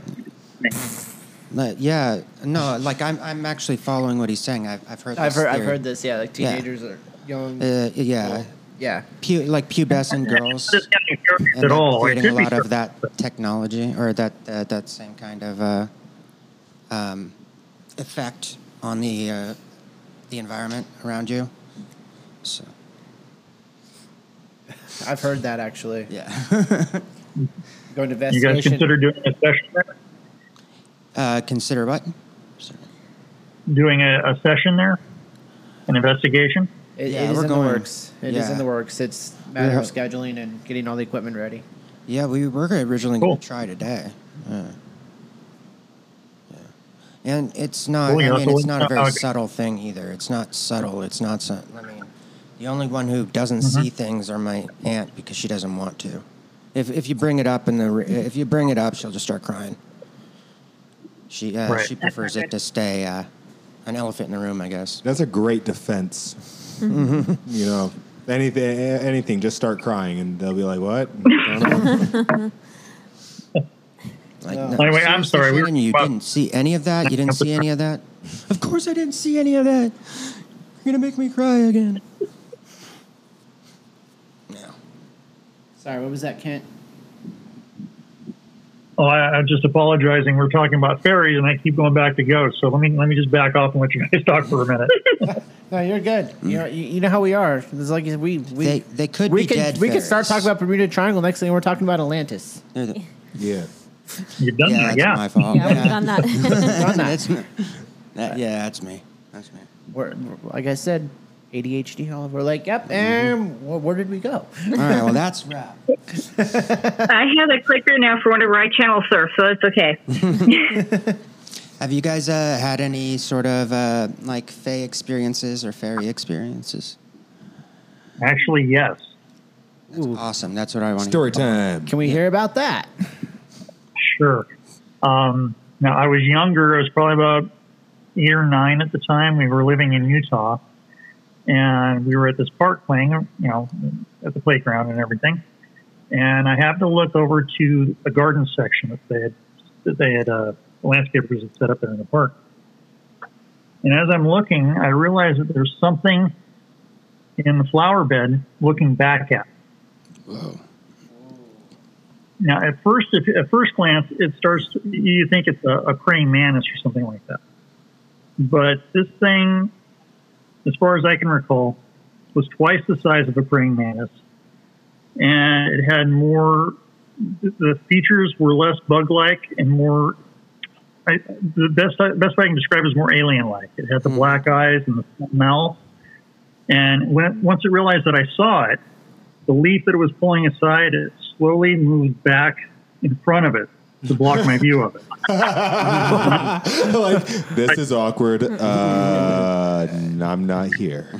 [SPEAKER 3] Like, yeah, no, like I'm, I'm actually following what he's saying. I've, I've heard. This
[SPEAKER 1] I've heard I've
[SPEAKER 3] theory.
[SPEAKER 1] heard this. Yeah, like
[SPEAKER 3] Yeah.
[SPEAKER 1] teenagers are young.
[SPEAKER 3] Uh, yeah,
[SPEAKER 1] yeah.
[SPEAKER 3] pu- like pubescent girls.
[SPEAKER 5] Just having puberty
[SPEAKER 3] and
[SPEAKER 5] at
[SPEAKER 3] they're
[SPEAKER 5] all. It
[SPEAKER 3] creating a
[SPEAKER 5] could be
[SPEAKER 3] lot of
[SPEAKER 5] so-
[SPEAKER 3] that technology or that uh, that same kind of uh, um, effect on the uh, the environment around you. So
[SPEAKER 1] I've heard that actually.
[SPEAKER 3] yeah, <laughs>
[SPEAKER 1] Going to
[SPEAKER 5] You guys
[SPEAKER 1] investigation.
[SPEAKER 5] consider doing a session there?
[SPEAKER 3] uh, consider what?
[SPEAKER 5] Doing a, a session there? An investigation?
[SPEAKER 1] it,
[SPEAKER 3] Yeah,
[SPEAKER 1] it is
[SPEAKER 3] we're
[SPEAKER 1] in
[SPEAKER 3] going.
[SPEAKER 1] the works. It is
[SPEAKER 3] Yeah.
[SPEAKER 1] in the works. It's a matter of
[SPEAKER 3] Yeah.
[SPEAKER 1] scheduling and getting all the equipment ready.
[SPEAKER 3] Yeah, we were originally
[SPEAKER 5] Cool.
[SPEAKER 3] going to try today. Yeah. Yeah. And it's not.
[SPEAKER 5] Cool, yeah,
[SPEAKER 3] I mean,
[SPEAKER 5] so
[SPEAKER 3] it's not a
[SPEAKER 5] it's
[SPEAKER 3] very
[SPEAKER 5] not-
[SPEAKER 3] subtle thing either. It's not subtle. It's not. Su- I mean, the only one who doesn't
[SPEAKER 5] Mm-hmm.
[SPEAKER 3] see things are my aunt because she doesn't want to. If if you bring it up in the re- if you bring it up, she'll just start crying. She uh,
[SPEAKER 5] Right.
[SPEAKER 3] she prefers it to stay uh, an elephant in the room, I guess.
[SPEAKER 2] That's a great defense. you know, anything, anything, just start crying, and they'll be like, "What?" Don't know.
[SPEAKER 3] Like,
[SPEAKER 1] Yeah.
[SPEAKER 3] no,
[SPEAKER 5] Anyway, I'm
[SPEAKER 3] seriously,
[SPEAKER 5] sorry, we were-
[SPEAKER 3] Shannon, you
[SPEAKER 5] well-
[SPEAKER 3] didn't see any of that. You didn't see any of that. <laughs> Of course, I didn't see any of that. You're gonna make me cry again. No.
[SPEAKER 1] Sorry, what was that, Kent?
[SPEAKER 5] Oh, I, I'm just apologizing. We're talking about fairies, and I keep going back to ghosts. So let me let me just back off and let you guys <laughs> talk for a
[SPEAKER 3] <laughs>
[SPEAKER 5] minute.
[SPEAKER 1] No, you're good. You know, you, you know how we are. It's like we we
[SPEAKER 3] Mm. They- they could
[SPEAKER 1] we
[SPEAKER 3] be dead
[SPEAKER 1] we could start
[SPEAKER 3] fairies.
[SPEAKER 1] talking about Bermuda Triangle. Next thing we're talking about Atlantis.
[SPEAKER 3] They're the-
[SPEAKER 2] yeah,
[SPEAKER 5] You've done
[SPEAKER 3] Mm, yeah, that's
[SPEAKER 5] that, yeah.
[SPEAKER 3] my fault.
[SPEAKER 4] yeah, we've done
[SPEAKER 3] <laughs>
[SPEAKER 4] that. <laughs>
[SPEAKER 1] Done that.
[SPEAKER 3] that's me. That- yeah, that's me. That's me.
[SPEAKER 1] We're, like I said, ADHD. All we're like,
[SPEAKER 3] Mm-hmm.
[SPEAKER 1] yep. And wh- where did we go?
[SPEAKER 3] All right.
[SPEAKER 1] <laughs>
[SPEAKER 3] Well, that's wrap.
[SPEAKER 6] I have a clicker now for whenever I channel surf, so it's okay.
[SPEAKER 3] Have you guys uh, had any sort of uh, like fey experiences or fairy experiences?
[SPEAKER 5] Actually, yes.
[SPEAKER 3] That's awesome. That's what I want.
[SPEAKER 2] story time.
[SPEAKER 1] Can we hear about that?
[SPEAKER 5] Sure. Um, now, I was younger. I was probably about eight or nine at the time. We were living in Utah, and we were at this park playing, you know, at the playground and everything. And I happened to look over to a garden section that they had, that they had uh, landscapers had set up there in the park. And as I'm looking, I realize that there's something in the flower bed looking back at. me.
[SPEAKER 3] Whoa.
[SPEAKER 5] Now, at first, if, at first glance, it starts. You think it's a, a praying mantis or something like that. But this thing, as far as I can recall, was twice the size of a praying mantis, and it had more. The the features were less bug-like and more. I, the best I- best way I can describe it is more alien-like. It had the black eyes and the mouth, And when, once it realized that I saw it, the leaf that it was pulling aside it slowly moved back in front of it to block my view of it.
[SPEAKER 2] <laughs> like this is awkward. Uh, n- I'm not here.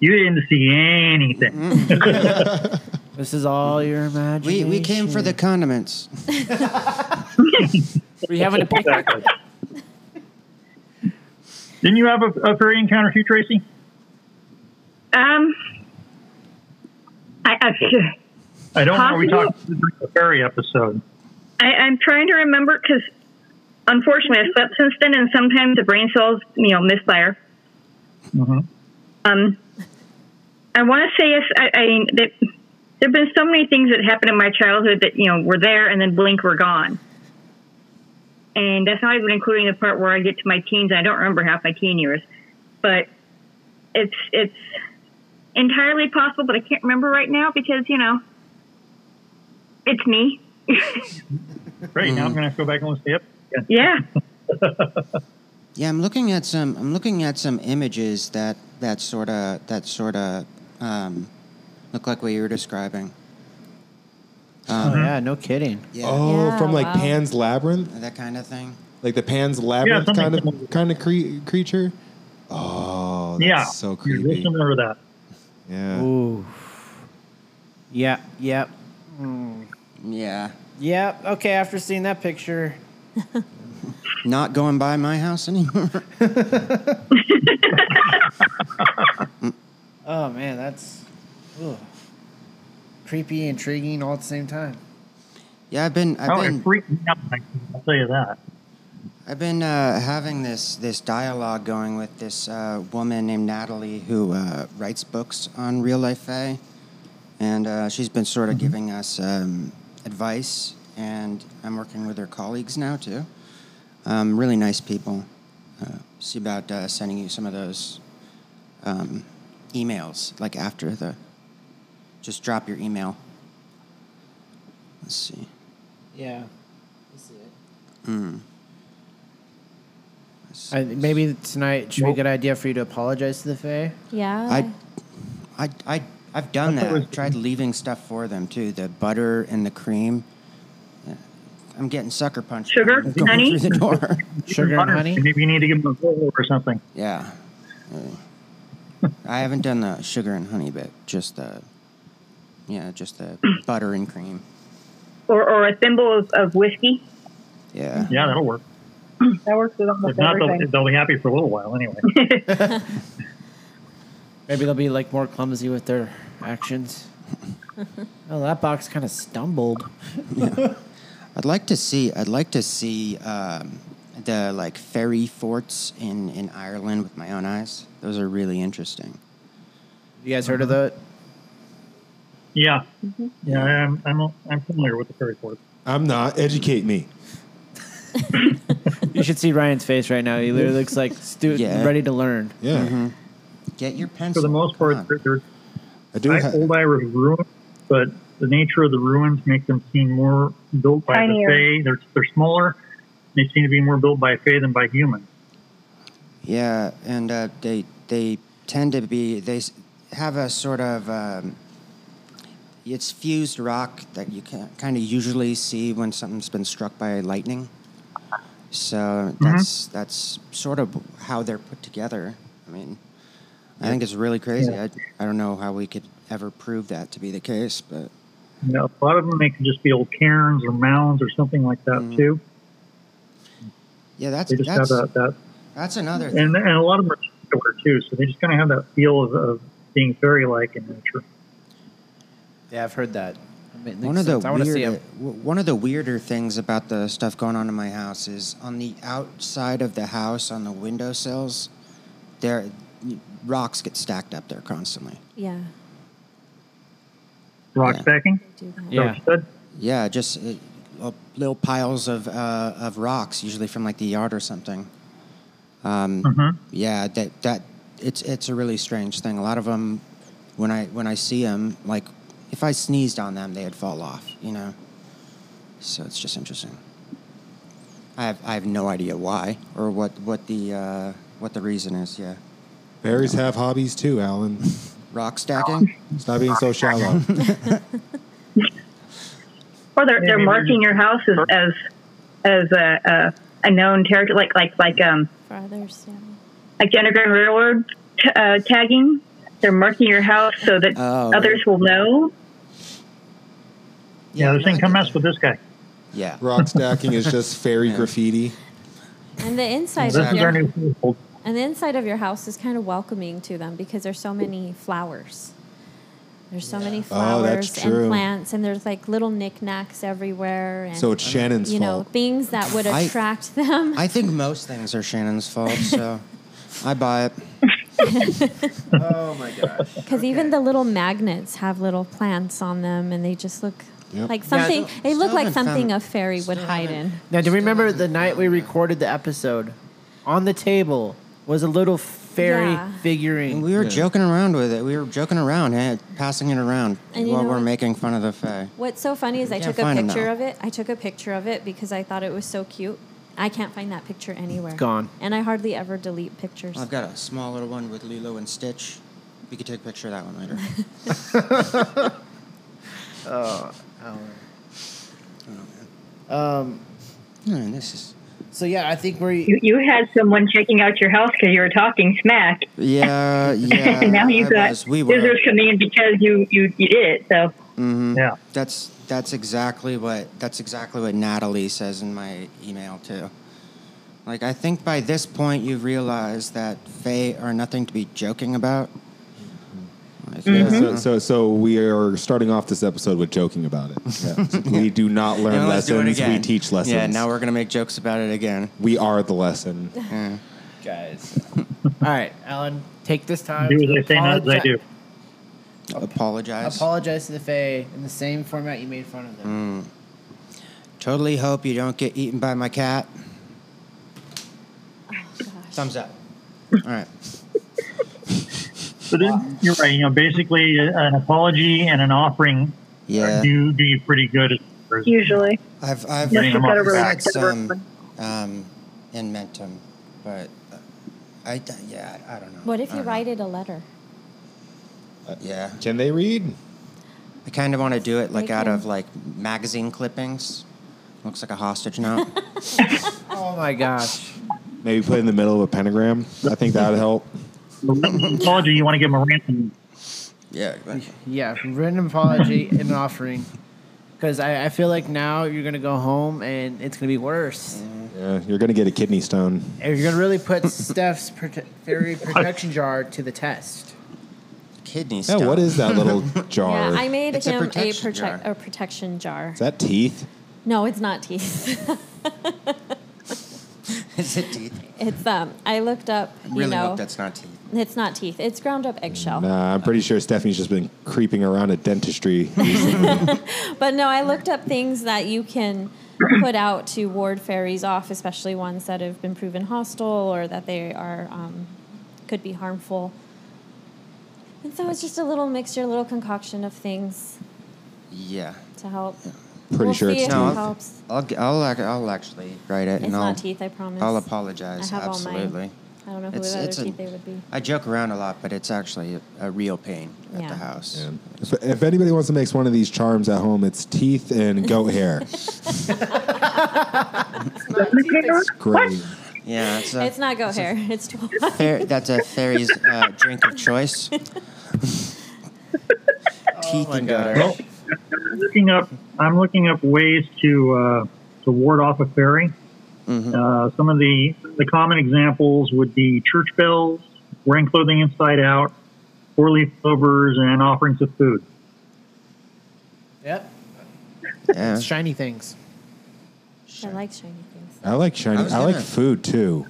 [SPEAKER 5] You didn't see anything.
[SPEAKER 1] This is all your
[SPEAKER 3] We,
[SPEAKER 1] imagination.
[SPEAKER 3] we came for the condiments.
[SPEAKER 8] Were you
[SPEAKER 2] Mm-hmm.
[SPEAKER 3] <laughs>
[SPEAKER 1] Oh,
[SPEAKER 8] having a picnic?
[SPEAKER 5] Didn't you have a, a furry encounter too, Tracy?
[SPEAKER 6] Um, I, I'm sure.
[SPEAKER 5] I don't know. We
[SPEAKER 6] Possibly.
[SPEAKER 5] talked about the furry episode.
[SPEAKER 6] I, I'm trying to remember because unfortunately I slept since then, and sometimes the brain cells, you know, misfire.
[SPEAKER 5] Mhm.
[SPEAKER 6] Um, I want to say yes. I, I mean, that there've been so many things that happened in my childhood that you know were there and then blink were gone. And that's not even including the part where I get to my teens. I don't remember half my teen years, but it's it's entirely possible. But I can't remember right now because you know it's me.
[SPEAKER 5] Great.
[SPEAKER 2] Mm-hmm.
[SPEAKER 5] Now I'm going to go back and listen to it. Yeah.
[SPEAKER 6] Yeah.
[SPEAKER 3] Yeah, I'm looking at some. I'm looking at some images that that sort of that sort of um, look like what you were describing. Um,
[SPEAKER 1] Oh,
[SPEAKER 3] Mm-hmm.
[SPEAKER 1] yeah, no kidding.
[SPEAKER 3] Yeah,
[SPEAKER 2] Oh,
[SPEAKER 4] Yeah,
[SPEAKER 2] from like
[SPEAKER 4] wow.
[SPEAKER 2] Pan's Labyrinth,
[SPEAKER 3] that kind of thing.
[SPEAKER 2] like the Pan's Labyrinth
[SPEAKER 5] something
[SPEAKER 2] kind
[SPEAKER 5] similar.
[SPEAKER 2] of kind of cre- creature. Oh, that's
[SPEAKER 5] yeah.
[SPEAKER 2] so
[SPEAKER 5] You're real
[SPEAKER 2] creepy.
[SPEAKER 5] similar to that.
[SPEAKER 2] Yeah.
[SPEAKER 1] Ooh. Yep, yep. Mm.
[SPEAKER 3] Yeah,
[SPEAKER 1] Yep, okay, after seeing that picture.
[SPEAKER 3] not going by my house anymore. <laughs>
[SPEAKER 1] Oh, man, that's ooh, creepy, intriguing, all at the same time.
[SPEAKER 3] yeah, I've been. I've
[SPEAKER 5] Oh,
[SPEAKER 3] been.
[SPEAKER 5] it freaked me out. I- I'll tell you that.
[SPEAKER 3] I've been uh, having this this dialogue going with this uh, woman named Natalie who uh, writes books on real life fae, and uh, she's been sort of
[SPEAKER 1] Mm-hmm.
[SPEAKER 3] giving us um, advice, and I'm working with her colleagues now too. Um, really nice people. Uh, see about uh, sending you some of those um, emails, like after the. Just drop your email. Let's see.
[SPEAKER 1] Yeah. That's it.
[SPEAKER 3] Mm.
[SPEAKER 1] I, maybe tonight should be a good idea for you to apologize to the Fae.
[SPEAKER 4] Yeah.
[SPEAKER 6] Oh.
[SPEAKER 3] I, I, I, I've done
[SPEAKER 5] I thought
[SPEAKER 3] that.
[SPEAKER 5] it was-
[SPEAKER 3] I've tried leaving stuff for them too. The butter and the cream. I'm getting sucker punched.
[SPEAKER 6] Sugar?
[SPEAKER 3] I'm going
[SPEAKER 6] Honey?
[SPEAKER 3] through the door. <laughs>
[SPEAKER 1] Sugar and
[SPEAKER 5] Butter,
[SPEAKER 1] honey?
[SPEAKER 5] Maybe you need to give them a roll or something. <laughs>
[SPEAKER 3] yeah. Uh, I haven't done the sugar and honey bit. Just the, yeah, just
[SPEAKER 6] <clears throat>
[SPEAKER 3] the butter and cream.
[SPEAKER 6] or, or a thimble of, of whiskey.
[SPEAKER 3] Yeah.
[SPEAKER 5] Yeah, that'll work.
[SPEAKER 7] That works with
[SPEAKER 5] If
[SPEAKER 7] almost
[SPEAKER 5] not,
[SPEAKER 7] everything.
[SPEAKER 5] they'll, they'll be happy for a little while anyway.
[SPEAKER 1] Maybe they'll be like more clumsy with their <laughs> actions. oh, that box kind of stumbled.
[SPEAKER 3] I'd like to see. I'd like to see um, the like fairy forts in in Ireland with my own eyes. Those are really interesting.
[SPEAKER 1] You guys heard of that?
[SPEAKER 5] yeah. Yeah, I'm, I'm, I'm familiar with the furry force.
[SPEAKER 2] I'm not. Educate me.
[SPEAKER 1] <laughs> You should see Ryan's face right now. He literally looks like <laughs> stu-
[SPEAKER 3] Yeah.
[SPEAKER 1] ready to learn.
[SPEAKER 2] Yeah.
[SPEAKER 3] Get your pencil.
[SPEAKER 5] For the most
[SPEAKER 3] Come
[SPEAKER 5] part,
[SPEAKER 3] on.
[SPEAKER 5] they're, they're
[SPEAKER 2] I do.
[SPEAKER 5] I-
[SPEAKER 2] ha-
[SPEAKER 5] old Irish ruins, but the nature of the ruins make them seem more built by
[SPEAKER 7] Tinier.
[SPEAKER 5] the Fae. They're, they're smaller. They seem to be more built by Fae than by humans.
[SPEAKER 3] Yeah, and uh, they they tend to be they s- have a sort of um, it's fused rock that you can kind of usually see when something's been struck by lightning. So
[SPEAKER 5] Mm-hmm.
[SPEAKER 3] that's that's sort of how they're put together. I mean, I think it's really crazy. I I don't know how we could ever prove that to be the case, but
[SPEAKER 5] You know, a lot of them, they can just be old cairns or mounds or something like that,
[SPEAKER 3] Mhm.
[SPEAKER 5] too.
[SPEAKER 3] yeah, that's
[SPEAKER 5] They just have
[SPEAKER 3] that's
[SPEAKER 5] that, that.
[SPEAKER 3] that's another thing.
[SPEAKER 5] And, and a lot of them are similar, too, so they just kind of have that feel of, of being fairy like in nature.
[SPEAKER 1] Yeah, I've heard that. I mean,
[SPEAKER 3] One of the
[SPEAKER 1] I want to see
[SPEAKER 3] weirder,
[SPEAKER 1] him.
[SPEAKER 3] w- one of the weirder things about the stuff going on in my house is on the outside of the house on the windowsills, there rocks get stacked up there constantly.
[SPEAKER 4] yeah.
[SPEAKER 5] Rock
[SPEAKER 3] Yeah.
[SPEAKER 5] stacking?
[SPEAKER 4] I do that.
[SPEAKER 5] is that what
[SPEAKER 1] Yeah.
[SPEAKER 5] you said?
[SPEAKER 3] Yeah, just uh, uh, little piles of uh, of rocks, usually from like the yard or something. Um,
[SPEAKER 5] Mhm.
[SPEAKER 3] Yeah, that that it's it's a really strange thing. A lot of them, when I when I see them, like if I sneezed on them, they'd fall off. You know, so it's just interesting. I have I have no idea why or what what the uh, what the reason is. Yeah,
[SPEAKER 2] Bears have hobbies too, Alan. <laughs>
[SPEAKER 3] Rock stacking?
[SPEAKER 2] Stop being so shallow.
[SPEAKER 6] Or they're, they're marking your house as as, as a, a a known territory, like like like um
[SPEAKER 4] for others. Yeah.
[SPEAKER 6] like the Underground Railroad t- uh, tagging. They're marking your house so that
[SPEAKER 3] Oh,
[SPEAKER 6] others will know.
[SPEAKER 5] Yeah, this thing
[SPEAKER 3] I
[SPEAKER 5] come
[SPEAKER 3] get
[SPEAKER 5] mess with this guy.
[SPEAKER 3] Yeah.
[SPEAKER 2] Rock stacking is
[SPEAKER 3] <laughs>
[SPEAKER 2] just fairy graffiti.
[SPEAKER 4] And the inside
[SPEAKER 5] This
[SPEAKER 4] of
[SPEAKER 5] is
[SPEAKER 4] your
[SPEAKER 5] our new food.
[SPEAKER 4] and the inside of your house is kind of welcoming to them because there's so many flowers. There's so many
[SPEAKER 2] Oh, that's
[SPEAKER 4] flowers
[SPEAKER 2] true.
[SPEAKER 4] and plants, and there's like little knickknacks everywhere, and
[SPEAKER 2] So it's Shannon's
[SPEAKER 4] you know
[SPEAKER 3] <laughs>
[SPEAKER 2] fault.
[SPEAKER 4] things that would
[SPEAKER 3] I-
[SPEAKER 4] attract them.
[SPEAKER 3] I think most things are Shannon's fault, so I buy it.
[SPEAKER 2] Oh my gosh.
[SPEAKER 4] Because even the little magnets have little plants on them, and they just look
[SPEAKER 2] Yep.
[SPEAKER 4] like
[SPEAKER 3] Yeah, I
[SPEAKER 4] something.
[SPEAKER 3] don't-
[SPEAKER 4] they look
[SPEAKER 3] still
[SPEAKER 4] like
[SPEAKER 3] haven't
[SPEAKER 4] something a
[SPEAKER 3] found-
[SPEAKER 4] fairy would
[SPEAKER 3] still
[SPEAKER 4] hide in.
[SPEAKER 3] haven't-
[SPEAKER 1] Now, do you remember the night we recorded the episode? On the table was a little fairy
[SPEAKER 4] Yeah.
[SPEAKER 1] figurine.
[SPEAKER 3] We were joking around with it. We were joking around, eh, passing it around
[SPEAKER 4] And you
[SPEAKER 3] while
[SPEAKER 4] know
[SPEAKER 3] we're
[SPEAKER 4] what?
[SPEAKER 3] making fun of the Fae.
[SPEAKER 4] What's so funny is I
[SPEAKER 3] can't
[SPEAKER 4] took a
[SPEAKER 3] find 'em
[SPEAKER 4] picture
[SPEAKER 3] now.
[SPEAKER 4] of it. I took a picture of it because I thought it was so cute. I can't find that picture anywhere.
[SPEAKER 1] gone.
[SPEAKER 4] And I hardly ever delete pictures.
[SPEAKER 3] I've got a small little one with Lilo and Stitch. We could take a picture of that one later. <laughs> Oh,
[SPEAKER 1] Um,
[SPEAKER 3] Hmm, Oh, this is.
[SPEAKER 1] so yeah, I think we.
[SPEAKER 6] You, you had someone checking out your house because you were talking smack, <laughs>
[SPEAKER 4] <laughs>
[SPEAKER 3] Yeah, yeah.
[SPEAKER 6] and now you
[SPEAKER 3] I
[SPEAKER 6] got
[SPEAKER 3] was. We were.
[SPEAKER 6] visitors coming in because you you, you did it. So
[SPEAKER 3] Mm.
[SPEAKER 5] Yeah.
[SPEAKER 3] That's that's exactly what that's exactly what Natalie says in my email too. Like I think by this point you realize that Fae are nothing to be joking about. Like,
[SPEAKER 2] Yeah,
[SPEAKER 3] you
[SPEAKER 2] so,
[SPEAKER 3] know.
[SPEAKER 2] so so we are starting off this episode with
[SPEAKER 3] <laughs>
[SPEAKER 2] joking about it. We do not learn
[SPEAKER 3] You know, let's do it
[SPEAKER 2] lessons. We
[SPEAKER 3] again.
[SPEAKER 2] teach lessons.
[SPEAKER 3] Yeah, now we're gonna make jokes about it again.
[SPEAKER 2] we are
[SPEAKER 3] <laughs>
[SPEAKER 2] the lesson.
[SPEAKER 3] Yeah.
[SPEAKER 1] Guys. All right, Alan, take this time
[SPEAKER 5] Do
[SPEAKER 1] to
[SPEAKER 5] as they say, not as I do.
[SPEAKER 3] Apologize.
[SPEAKER 1] apologize to the Fae in the same format you made fun of them.
[SPEAKER 3] totally hope you don't get eaten by my cat.
[SPEAKER 2] Mm.
[SPEAKER 3] Thumbs up. All right.
[SPEAKER 5] But it, you're right. You know, basically, uh, an apology and an offering
[SPEAKER 3] Yeah.
[SPEAKER 5] do do you pretty good. As far as-
[SPEAKER 6] usually,
[SPEAKER 3] I've I've
[SPEAKER 5] Yes, you've got a really
[SPEAKER 3] had
[SPEAKER 6] good
[SPEAKER 3] some
[SPEAKER 6] one.
[SPEAKER 3] um, in mentum, but uh, I d- yeah I I don't know.
[SPEAKER 4] what if
[SPEAKER 3] I
[SPEAKER 4] you
[SPEAKER 3] don't know.
[SPEAKER 4] write it a letter?
[SPEAKER 3] Yeah,
[SPEAKER 2] Can they read?
[SPEAKER 3] I kind of want to do it like
[SPEAKER 4] They
[SPEAKER 3] out
[SPEAKER 4] can-
[SPEAKER 3] of like magazine clippings. Looks like a
[SPEAKER 4] <laughs>
[SPEAKER 3] hostage note.
[SPEAKER 1] Oh my gosh.
[SPEAKER 2] Maybe put it in the middle of a pentagram. I think
[SPEAKER 3] <laughs>
[SPEAKER 2] that'd help.
[SPEAKER 5] apology, you want to give them a ransom.
[SPEAKER 3] yeah, but-
[SPEAKER 1] Yeah, written apology and an offering. Because I, I feel like now you're going to go home and it's going to be worse.
[SPEAKER 2] Mm. Yeah, you're gonna get a kidney stone.
[SPEAKER 1] And You're going to really
[SPEAKER 2] <laughs>
[SPEAKER 1] put Steph's prote- fairy protection jar to the test.
[SPEAKER 3] kidney
[SPEAKER 2] Yeah,
[SPEAKER 3] stone.
[SPEAKER 2] what is that little jar?
[SPEAKER 4] Yeah, I made
[SPEAKER 3] It's a
[SPEAKER 4] him a,
[SPEAKER 3] protection
[SPEAKER 4] prote-
[SPEAKER 3] jar.
[SPEAKER 4] a protection jar.
[SPEAKER 2] is that teeth?
[SPEAKER 4] No, it's not teeth.
[SPEAKER 3] <laughs>
[SPEAKER 4] <laughs>
[SPEAKER 3] is it teeth?
[SPEAKER 4] it's um. I looked up.
[SPEAKER 3] I
[SPEAKER 4] You
[SPEAKER 3] really
[SPEAKER 4] know,
[SPEAKER 3] hope that's not teeth.
[SPEAKER 4] it's not teeth. It's ground up eggshell.
[SPEAKER 2] Nah, I'm pretty sure Stephanie's just been creeping around
[SPEAKER 3] <laughs>
[SPEAKER 2] at dentistry.
[SPEAKER 4] But no, I looked up things that you can put out to ward fairies off, especially ones that have been proven hostile or that they are um, could be harmful. And so it's just a little mixture, a little concoction of things
[SPEAKER 3] Yeah.
[SPEAKER 4] to help.
[SPEAKER 2] Pretty
[SPEAKER 4] We'll
[SPEAKER 2] sure
[SPEAKER 4] see
[SPEAKER 2] it's
[SPEAKER 4] if
[SPEAKER 2] teeth.
[SPEAKER 4] it
[SPEAKER 3] No,
[SPEAKER 4] helps.
[SPEAKER 3] I'll g- I'll ac- I'll actually write it.
[SPEAKER 4] It's
[SPEAKER 3] and I'll,
[SPEAKER 4] not teeth, I promise.
[SPEAKER 3] I'll apologize.
[SPEAKER 4] I have all mine.
[SPEAKER 3] absolutely.
[SPEAKER 4] I don't know who
[SPEAKER 3] It's-
[SPEAKER 4] the other
[SPEAKER 3] it's a-
[SPEAKER 4] teeth they would be.
[SPEAKER 3] I joke around a lot, but it's actually a, a real pain at
[SPEAKER 4] Yeah.
[SPEAKER 3] the house.
[SPEAKER 2] Man. If, if anybody wants to make one of these charms at home, it's teeth and goat hair. Great.
[SPEAKER 3] Yeah,
[SPEAKER 2] uh,
[SPEAKER 3] it's, a,
[SPEAKER 4] It's not goat hair. <laughs> It's tw-
[SPEAKER 3] <laughs>
[SPEAKER 2] <laughs>
[SPEAKER 3] fair, that's a fairy's uh, drink
[SPEAKER 4] <laughs>
[SPEAKER 3] of choice. <laughs> Teeth and
[SPEAKER 1] God.
[SPEAKER 3] gutter.
[SPEAKER 5] looking up. I'm looking up ways to uh, to ward off a fairy. Uh, some of the the common examples would be church bells, wearing clothing inside out, four leaf clovers, and offerings of food.
[SPEAKER 1] Yep.
[SPEAKER 3] Yeah.
[SPEAKER 1] It's shiny things.
[SPEAKER 4] I like shiny things.
[SPEAKER 2] I like
[SPEAKER 3] I
[SPEAKER 2] shiny.
[SPEAKER 3] was
[SPEAKER 2] I, like
[SPEAKER 3] gonna-
[SPEAKER 2] food too.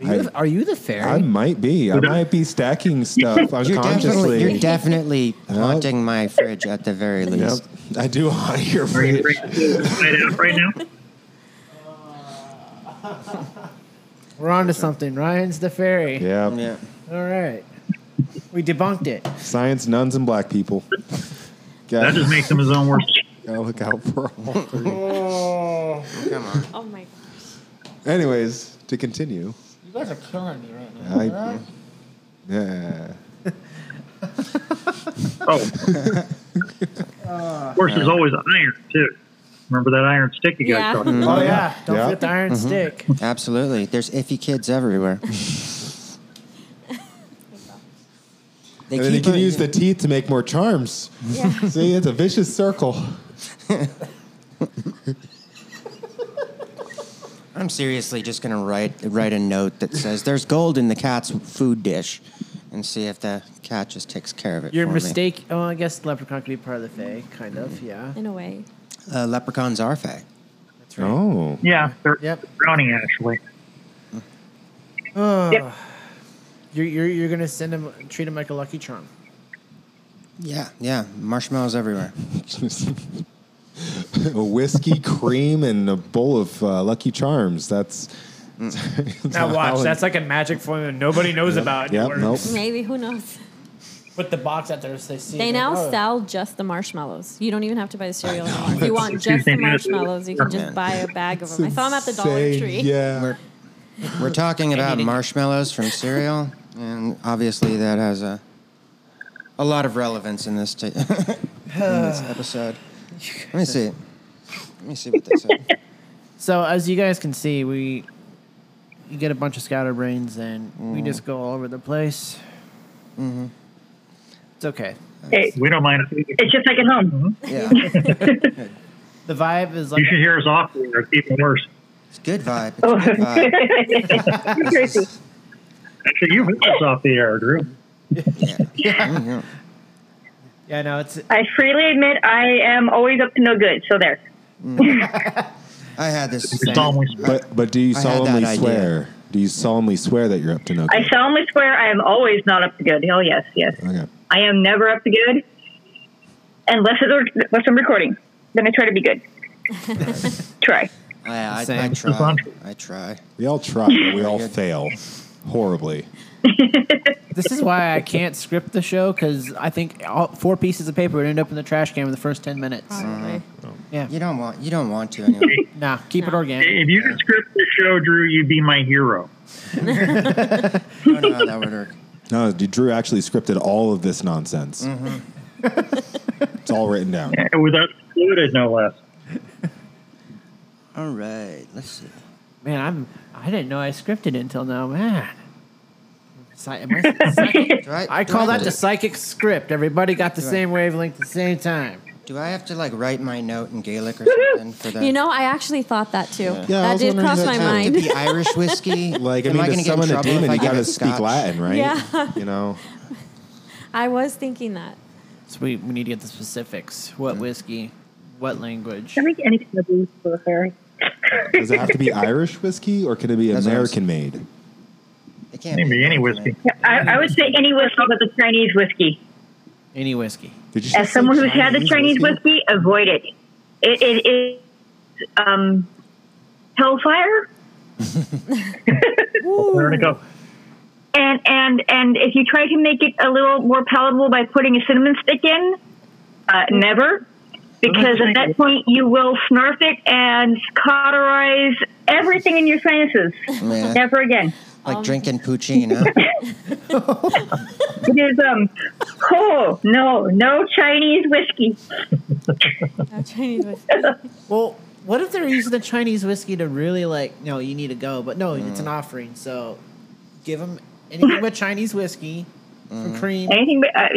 [SPEAKER 1] Are you,
[SPEAKER 2] I-
[SPEAKER 1] the, are you the fairy?
[SPEAKER 2] I might be. I might be stacking stuff
[SPEAKER 3] You're definitely,
[SPEAKER 2] unconsciously.
[SPEAKER 3] you're definitely
[SPEAKER 2] <laughs>
[SPEAKER 3] haunting my fridge at the very
[SPEAKER 2] yep.
[SPEAKER 3] least.
[SPEAKER 2] I do haunt your fridge.
[SPEAKER 5] Inside out right now.
[SPEAKER 1] We're on to something. Ryan's the fairy.
[SPEAKER 2] Yep.
[SPEAKER 3] Yeah.
[SPEAKER 1] All right. We debunked it.
[SPEAKER 2] Science, nuns, and black
[SPEAKER 3] <laughs>
[SPEAKER 2] people.
[SPEAKER 5] That
[SPEAKER 2] Gotta,
[SPEAKER 5] just makes him his own worst.
[SPEAKER 2] <laughs> gotta look out for all three.
[SPEAKER 3] Come on.
[SPEAKER 4] Oh my!
[SPEAKER 2] Anyways, to continue.
[SPEAKER 1] You guys are killing me right
[SPEAKER 2] I- Yeah.
[SPEAKER 5] Oh. of course, there's always iron, too. Remember that iron stick you guys
[SPEAKER 4] Yeah.
[SPEAKER 5] talked about?
[SPEAKER 1] Oh yeah, don't
[SPEAKER 2] Yeah. Mm-hmm.
[SPEAKER 1] forget the iron stick.
[SPEAKER 3] Absolutely. There's iffy kids
[SPEAKER 2] <laughs>
[SPEAKER 3] everywhere.
[SPEAKER 2] And then you can
[SPEAKER 3] a-
[SPEAKER 2] use the teeth to make more charms.
[SPEAKER 4] Yeah.
[SPEAKER 2] See, it's a vicious circle.
[SPEAKER 3] I'm seriously just gonna write write a note that says there's gold in the cat's food dish, and see if the cat just takes care of it.
[SPEAKER 1] Your
[SPEAKER 3] for me. Mm-hmm.
[SPEAKER 1] mistake. Oh, I guess leprechaun could be part of the fae, kind of. Yeah.
[SPEAKER 4] in a way.
[SPEAKER 3] Uh, leprechauns are fey.
[SPEAKER 1] That's right.
[SPEAKER 2] Oh.
[SPEAKER 5] Yeah, they're
[SPEAKER 1] Yep.
[SPEAKER 5] drowning, actually.
[SPEAKER 1] Oh.
[SPEAKER 6] Yep.
[SPEAKER 1] You're, you're, you're gonna send him treat him like a lucky charm.
[SPEAKER 3] Yeah, yeah. Marshmallows everywhere.
[SPEAKER 2] <laughs> a whiskey, cream, and a bowl of uh, Lucky Charms. That's. <laughs>
[SPEAKER 3] <laughs>
[SPEAKER 1] Now watch, that's like a <laughs> magic formula nobody knows about.
[SPEAKER 2] Yep,
[SPEAKER 1] Works.
[SPEAKER 2] nope.
[SPEAKER 4] Maybe who knows?
[SPEAKER 1] Put the box out there so they see.
[SPEAKER 4] They
[SPEAKER 1] it,
[SPEAKER 4] now
[SPEAKER 1] like, oh.
[SPEAKER 4] sell just the marshmallows. You don't even have to buy the cereal anymore. If you want
[SPEAKER 5] That's
[SPEAKER 4] just the
[SPEAKER 5] insane.
[SPEAKER 4] marshmallows, you can just
[SPEAKER 3] Man.
[SPEAKER 4] buy a bag of
[SPEAKER 2] It's
[SPEAKER 4] them. I saw them at the Dollar
[SPEAKER 2] insane.
[SPEAKER 4] Tree.
[SPEAKER 2] Yeah.
[SPEAKER 3] We're we're talking about marshmallows from cereal, and obviously that has a a lot of relevance in this ta- <laughs> in
[SPEAKER 1] <sighs>
[SPEAKER 3] this episode. Let me see. Let me see what
[SPEAKER 1] <laughs>
[SPEAKER 3] they said.
[SPEAKER 1] So as you guys can see, we you get a bunch of scatterbrains and
[SPEAKER 3] Mm-hmm.
[SPEAKER 1] we just go all over the place. Mm-hmm. It's okay.
[SPEAKER 7] Hey,
[SPEAKER 5] We don't mind. If
[SPEAKER 7] it's just like at
[SPEAKER 5] <laughs>
[SPEAKER 7] home.
[SPEAKER 3] Yeah,
[SPEAKER 1] The vibe is
[SPEAKER 3] <laughs>
[SPEAKER 1] like
[SPEAKER 5] you should hear us off there. It's even worse.
[SPEAKER 3] it's good vibe.
[SPEAKER 1] Oh.
[SPEAKER 3] It's good vibe.
[SPEAKER 6] <laughs>
[SPEAKER 7] Tracy.
[SPEAKER 5] Actually, you hit us off the air, Drew.
[SPEAKER 3] Yeah.
[SPEAKER 1] yeah, no, it's
[SPEAKER 7] I freely admit I am always up to no good. So there.
[SPEAKER 3] I had this.
[SPEAKER 5] We solemnly swear.
[SPEAKER 2] But but do you
[SPEAKER 3] I had
[SPEAKER 2] solemnly
[SPEAKER 3] that idea.
[SPEAKER 2] swear? Do you solemnly swear that you're up to no
[SPEAKER 7] I
[SPEAKER 2] good?
[SPEAKER 7] solemnly swear I am always not up to good. Oh yes, yes.
[SPEAKER 2] okay.
[SPEAKER 7] I am never up to good unless it's unless I'm recording. Then I try to be <laughs> good. try.
[SPEAKER 3] I, I, I
[SPEAKER 1] Same.
[SPEAKER 3] try. I try.
[SPEAKER 2] We all try, but we all fail horribly.
[SPEAKER 1] this is why I can't script the show because I think all, four pieces of paper would end up in the trash can in the first ten minutes.
[SPEAKER 4] Probably.
[SPEAKER 1] Yeah,
[SPEAKER 3] You don't want. You don't want to anyway.
[SPEAKER 1] nah, keep it organic.
[SPEAKER 5] If you could script the show, Drew, you'd be my hero.
[SPEAKER 3] I don't know how that would work.
[SPEAKER 2] No, d- Drew actually scripted all of this nonsense. it's all written down.
[SPEAKER 5] And Without included, no less.
[SPEAKER 3] All right. Let's see.
[SPEAKER 1] Man, I'm I didn't know I scripted it until now, man. Psy- am I, psychic?
[SPEAKER 3] Do I,
[SPEAKER 1] I
[SPEAKER 3] do
[SPEAKER 1] call
[SPEAKER 3] I-
[SPEAKER 1] that the psychic script. Everybody got the same wavelength at the same time.
[SPEAKER 3] Do I have to like write my note in
[SPEAKER 1] <laughs>
[SPEAKER 3] Gaelic or something for that?
[SPEAKER 4] You know, I actually thought that too.
[SPEAKER 2] Yeah, I
[SPEAKER 4] that
[SPEAKER 2] was
[SPEAKER 4] did
[SPEAKER 2] wondering
[SPEAKER 4] cross
[SPEAKER 2] that
[SPEAKER 4] my
[SPEAKER 2] too.
[SPEAKER 3] To
[SPEAKER 4] mind.
[SPEAKER 3] be
[SPEAKER 1] <laughs>
[SPEAKER 3] Irish whiskey.
[SPEAKER 2] Like, I
[SPEAKER 3] Am
[SPEAKER 2] mean,
[SPEAKER 3] gonna get
[SPEAKER 2] to
[SPEAKER 3] in
[SPEAKER 2] summon a
[SPEAKER 3] trouble if
[SPEAKER 2] demon,
[SPEAKER 3] I
[SPEAKER 2] you
[SPEAKER 3] give
[SPEAKER 2] got
[SPEAKER 3] it
[SPEAKER 2] to speak
[SPEAKER 3] scotch?
[SPEAKER 2] Latin, right?
[SPEAKER 4] Yeah.
[SPEAKER 2] You
[SPEAKER 7] <laughs>
[SPEAKER 2] know,
[SPEAKER 4] <laughs> I was thinking that.
[SPEAKER 1] So we, we need to get the specifics. What whiskey? What language?
[SPEAKER 6] Can we get any kind of booze for the fairy?
[SPEAKER 2] does it have to be Irish whiskey or can it be
[SPEAKER 3] That's what I was-
[SPEAKER 2] American made?
[SPEAKER 3] It can't
[SPEAKER 5] Maybe
[SPEAKER 3] be
[SPEAKER 5] any
[SPEAKER 3] American,
[SPEAKER 5] whiskey.
[SPEAKER 3] man.
[SPEAKER 7] I, I would say any whiskey but the Chinese whiskey.
[SPEAKER 1] Any whiskey.
[SPEAKER 2] Did you
[SPEAKER 7] As
[SPEAKER 2] just say
[SPEAKER 7] someone who's had the Chinese
[SPEAKER 2] whiskey?
[SPEAKER 7] whiskey, avoid it. It, it is um, hellfire.
[SPEAKER 5] There to go.
[SPEAKER 7] And, and and if you try to make it a little more palatable by putting a cinnamon stick in, uh, never, because at that point you will snarf it and cauterize everything in your sinuses.
[SPEAKER 3] Yeah.
[SPEAKER 7] Never again.
[SPEAKER 3] Like drinking
[SPEAKER 5] <laughs>
[SPEAKER 3] Puccino.
[SPEAKER 7] It is um, oh no, no Chinese whiskey.
[SPEAKER 2] <laughs>
[SPEAKER 4] That Chinese was-
[SPEAKER 1] Well, what if they're using the Chinese whiskey to really like? No, you need to go, but no, it's an offering. So, give them anything but Chinese whiskey, some cream,
[SPEAKER 7] Anything but. Uh,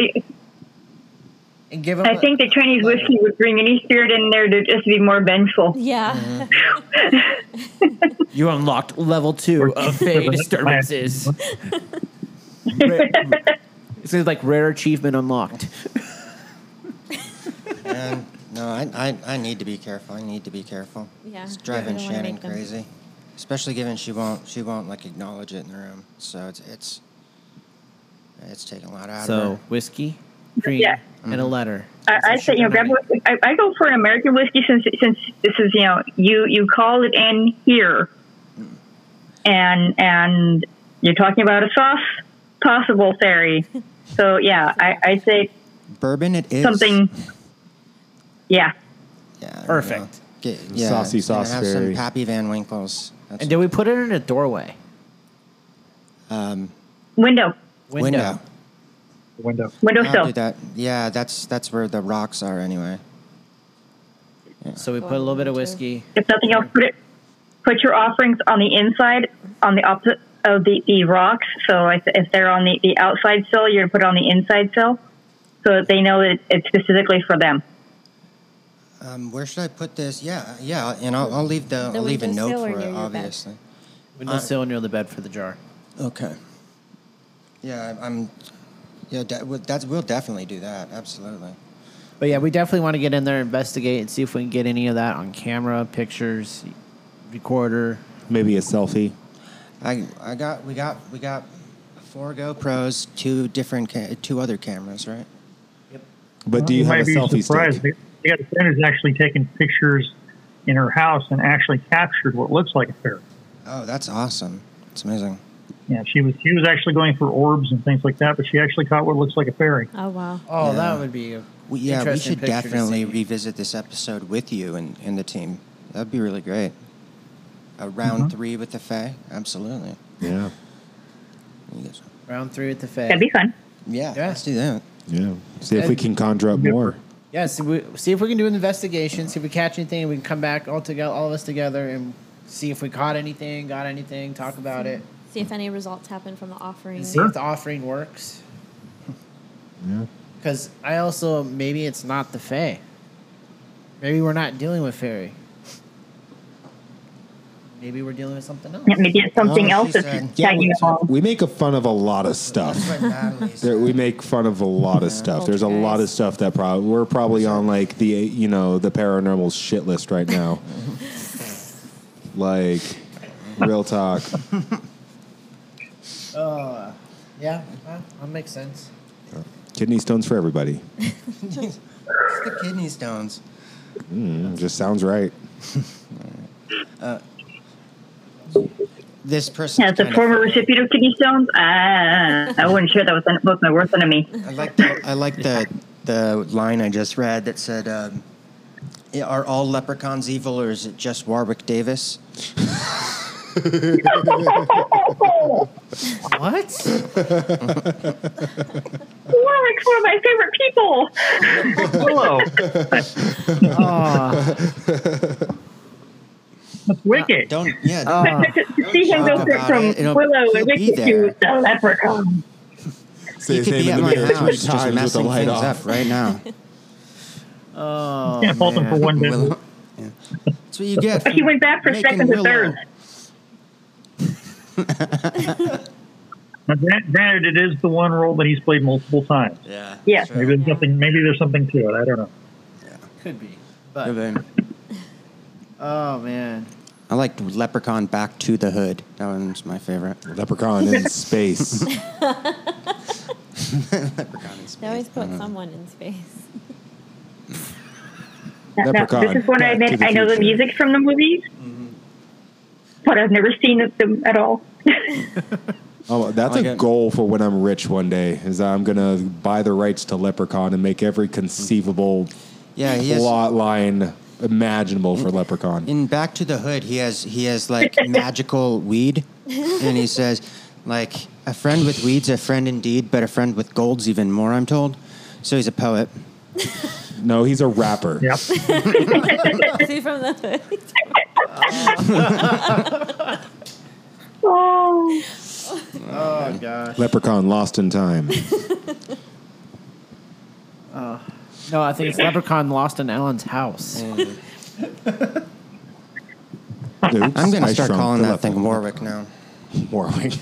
[SPEAKER 1] and give them.
[SPEAKER 7] I think the Chinese whiskey would bring any spirit in there to just be more vengeful.
[SPEAKER 4] yeah.
[SPEAKER 2] Uh-huh.
[SPEAKER 1] you unlocked level two
[SPEAKER 7] <laughs>
[SPEAKER 1] of Fey <laughs> disturbances. Rare- This is like rare achievement unlocked.
[SPEAKER 3] Man, no, I, I, I need to be careful. I need to be careful.
[SPEAKER 4] Yeah,
[SPEAKER 3] It's
[SPEAKER 4] you don't
[SPEAKER 3] driving
[SPEAKER 4] wanna
[SPEAKER 3] Shannon
[SPEAKER 4] make them-
[SPEAKER 3] crazy, especially given she won't she won't like acknowledge it in the room. So it's it's it's taking a lot out
[SPEAKER 1] So
[SPEAKER 3] of her.
[SPEAKER 1] whiskey, cream,
[SPEAKER 7] Yeah.
[SPEAKER 1] and a letter.
[SPEAKER 7] I, I say, you know, grab. what- I, I go for an American whiskey since since this is, you know, you you call it in here, and and you're talking about a sauce possible fairy. So yeah, I, I say
[SPEAKER 3] Bourbon, it is
[SPEAKER 7] something. Yeah,
[SPEAKER 3] Yeah, I don't
[SPEAKER 1] Perfect.
[SPEAKER 3] know. Get, yeah,
[SPEAKER 2] Saucy
[SPEAKER 3] you know,
[SPEAKER 2] sauce
[SPEAKER 3] Have some
[SPEAKER 2] fairy.
[SPEAKER 3] Pappy Van Winkles. That's
[SPEAKER 1] And did we put it in a doorway?
[SPEAKER 7] window.
[SPEAKER 3] Window.
[SPEAKER 5] The window.
[SPEAKER 6] Window
[SPEAKER 3] I'll do
[SPEAKER 6] sill.
[SPEAKER 3] that. Yeah, that's that's where the rocks are anyway.
[SPEAKER 1] So we put a little bit of whiskey.
[SPEAKER 6] If nothing else, put it. Put your offerings on the inside, on the opposite of the, the rocks. So if, if they're on the, the outside sill, you're gonna put it on the inside sill, so that they know that it's specifically for them.
[SPEAKER 3] Um, where should I put this? Yeah, yeah, and I'll, I'll leave the,
[SPEAKER 4] The
[SPEAKER 3] I'll leave a
[SPEAKER 4] window
[SPEAKER 3] note
[SPEAKER 4] sill or
[SPEAKER 3] for
[SPEAKER 4] near
[SPEAKER 3] it,
[SPEAKER 4] your bed?
[SPEAKER 3] obviously.
[SPEAKER 1] Window sill near the bed for the jar.
[SPEAKER 3] Okay. Yeah, I- I'm. Yeah, de- we'll- that's we'll definitely do that. Absolutely.
[SPEAKER 1] But yeah, we definitely want to get in there, investigate, and see if we can get any of that on camera, pictures, recorder.
[SPEAKER 2] Maybe a selfie.
[SPEAKER 3] I I got we got we got four GoPros, two different ca- two other cameras, right?
[SPEAKER 2] But do you have
[SPEAKER 5] might
[SPEAKER 2] a
[SPEAKER 5] be
[SPEAKER 2] selfie
[SPEAKER 5] surprised.
[SPEAKER 2] stick?
[SPEAKER 5] They- Yeah, the Sanders actually taking pictures in her house and actually captured what looks like a ferret.
[SPEAKER 3] Oh, that's awesome. It's amazing.
[SPEAKER 5] Yeah, she was she was actually going for orbs and things like that, but she actually caught what looks like a fairy.
[SPEAKER 4] Oh wow.
[SPEAKER 1] Oh, that would be. A
[SPEAKER 3] We, yeah, we
[SPEAKER 1] interesting
[SPEAKER 3] should
[SPEAKER 1] picture to
[SPEAKER 3] definitely
[SPEAKER 1] see.
[SPEAKER 3] revisit this episode with you and, and the team. That'd be really great. A round three with the Fae, absolutely.
[SPEAKER 2] Yeah.
[SPEAKER 3] You guys-
[SPEAKER 1] round three at the Fed.
[SPEAKER 6] That'd be fun.
[SPEAKER 3] Yeah,
[SPEAKER 1] Yeah.
[SPEAKER 3] let's do that.
[SPEAKER 2] Yeah. See
[SPEAKER 3] Uh,
[SPEAKER 2] if we can conjure up more.
[SPEAKER 1] Yeah, see, we, see if we can do an investigation. See if we catch anything. We can come back all together, all of us together, and see if we caught anything, got anything, talk about it,
[SPEAKER 4] See if any results happen from the offering.
[SPEAKER 1] and see if the offering works.
[SPEAKER 2] Yeah.
[SPEAKER 1] Because I also maybe it's not the Fae. Maybe we're not dealing with fairy. Maybe we're dealing with something
[SPEAKER 7] <laughs>
[SPEAKER 1] else.
[SPEAKER 6] Yeah, Maybe it's something
[SPEAKER 3] Oh,
[SPEAKER 6] else
[SPEAKER 3] she
[SPEAKER 6] that's
[SPEAKER 3] said-
[SPEAKER 2] Yeah,
[SPEAKER 6] tagging
[SPEAKER 2] we-
[SPEAKER 6] along.
[SPEAKER 2] We make a fun of a lot of stuff.
[SPEAKER 3] That's what Natalie
[SPEAKER 2] <laughs> There,
[SPEAKER 3] said.
[SPEAKER 2] we make fun of a lot of stuff. There's a lot of stuff that probably we're probably on like the you know the paranormal shit list
[SPEAKER 3] <laughs>
[SPEAKER 2] right now. like real talk.
[SPEAKER 1] Yeah, well, that makes sense.
[SPEAKER 2] Kidney stones for everybody.
[SPEAKER 3] It's the kidney stones.
[SPEAKER 2] Mm, just sounds right.
[SPEAKER 3] This person.
[SPEAKER 6] As a former recipient of kidney stones, ah, I wouldn't share that with, with my worst
[SPEAKER 3] <laughs>
[SPEAKER 6] enemy.
[SPEAKER 3] I like the I like the the line I just read that said, um, yeah, "Are all leprechauns evil, or is it just Warwick Davis?"
[SPEAKER 1] What?
[SPEAKER 6] Warwick's one of my favorite people.
[SPEAKER 2] <laughs>
[SPEAKER 5] Hello,
[SPEAKER 1] oh,
[SPEAKER 5] that's wicked.
[SPEAKER 3] Don't yeah. Ah,
[SPEAKER 1] oh,
[SPEAKER 3] Don't,
[SPEAKER 6] to, to see him go
[SPEAKER 3] Talk
[SPEAKER 6] from
[SPEAKER 3] about it. It'll-
[SPEAKER 6] Willow
[SPEAKER 3] he'll
[SPEAKER 6] and Oh,
[SPEAKER 3] be
[SPEAKER 6] Wicked to
[SPEAKER 3] there. Um,
[SPEAKER 6] the Leprechaun.
[SPEAKER 2] Say
[SPEAKER 3] you
[SPEAKER 2] his
[SPEAKER 3] could
[SPEAKER 2] name
[SPEAKER 3] be
[SPEAKER 2] in
[SPEAKER 3] at
[SPEAKER 2] the
[SPEAKER 3] my
[SPEAKER 2] mirror three
[SPEAKER 3] house just
[SPEAKER 2] times with the
[SPEAKER 3] messing
[SPEAKER 2] light
[SPEAKER 3] things
[SPEAKER 2] off.
[SPEAKER 3] up right
[SPEAKER 2] <laughs>
[SPEAKER 3] now.
[SPEAKER 1] oh,
[SPEAKER 5] Can't fault him for one bit.
[SPEAKER 3] Willow. Yeah. That's what you get.
[SPEAKER 6] But he
[SPEAKER 3] for
[SPEAKER 6] went back for
[SPEAKER 3] making
[SPEAKER 6] seconds and
[SPEAKER 3] Willow.
[SPEAKER 6] thirds.
[SPEAKER 5] Now, gran- Granted, it is the one role that he's played multiple times.
[SPEAKER 3] Yeah.
[SPEAKER 6] Yeah.
[SPEAKER 3] sure.
[SPEAKER 5] Maybe there's something. Maybe there's something to it. I don't know.
[SPEAKER 1] could be. But
[SPEAKER 3] Maybe.
[SPEAKER 1] oh man,
[SPEAKER 3] I liked Leprechaun Back to the Hood. That one's my favorite.
[SPEAKER 2] Leprechaun in
[SPEAKER 6] <laughs>
[SPEAKER 2] space.
[SPEAKER 3] Leprechaun is
[SPEAKER 4] They always put
[SPEAKER 2] Uh-huh.
[SPEAKER 3] amazing.
[SPEAKER 4] someone in
[SPEAKER 2] <laughs>
[SPEAKER 4] space. <laughs>
[SPEAKER 6] Now- now,
[SPEAKER 2] Leprechaun,
[SPEAKER 6] this is one I
[SPEAKER 2] Back to
[SPEAKER 6] admit
[SPEAKER 2] the
[SPEAKER 6] I know the
[SPEAKER 2] Future.
[SPEAKER 6] music from the movies,
[SPEAKER 3] Mm-hmm.
[SPEAKER 6] but I've never seen them at all. <laughs>
[SPEAKER 2] Oh, that's
[SPEAKER 3] Like
[SPEAKER 2] a
[SPEAKER 3] it.
[SPEAKER 2] goal for when I'm rich one day. Is that I'm gonna buy the rights to Leprechaun and make every conceivable
[SPEAKER 3] Yeah, he is.
[SPEAKER 2] plot line imaginable for Leprechaun.
[SPEAKER 3] In Back to the Hood, he has he has
[SPEAKER 6] <laughs>
[SPEAKER 3] like magical weed, and he says, like a friend with weeds, a friend indeed, but a friend with gold's even more. I'm told. So he's a poet.
[SPEAKER 2] no, he's a rapper. <laughs>
[SPEAKER 5] Yeah.
[SPEAKER 4] See from the hood.
[SPEAKER 6] oh,
[SPEAKER 1] oh gosh.
[SPEAKER 2] Leprechaun lost in time.
[SPEAKER 1] No, I think it's Leprechaun lost in Alan's house.
[SPEAKER 2] Oops,
[SPEAKER 3] <laughs> I'm gonna
[SPEAKER 2] I
[SPEAKER 3] start
[SPEAKER 2] shrunk
[SPEAKER 3] calling
[SPEAKER 2] the
[SPEAKER 3] that thing
[SPEAKER 2] leprechaun.
[SPEAKER 3] Warwick now.
[SPEAKER 2] Warwick.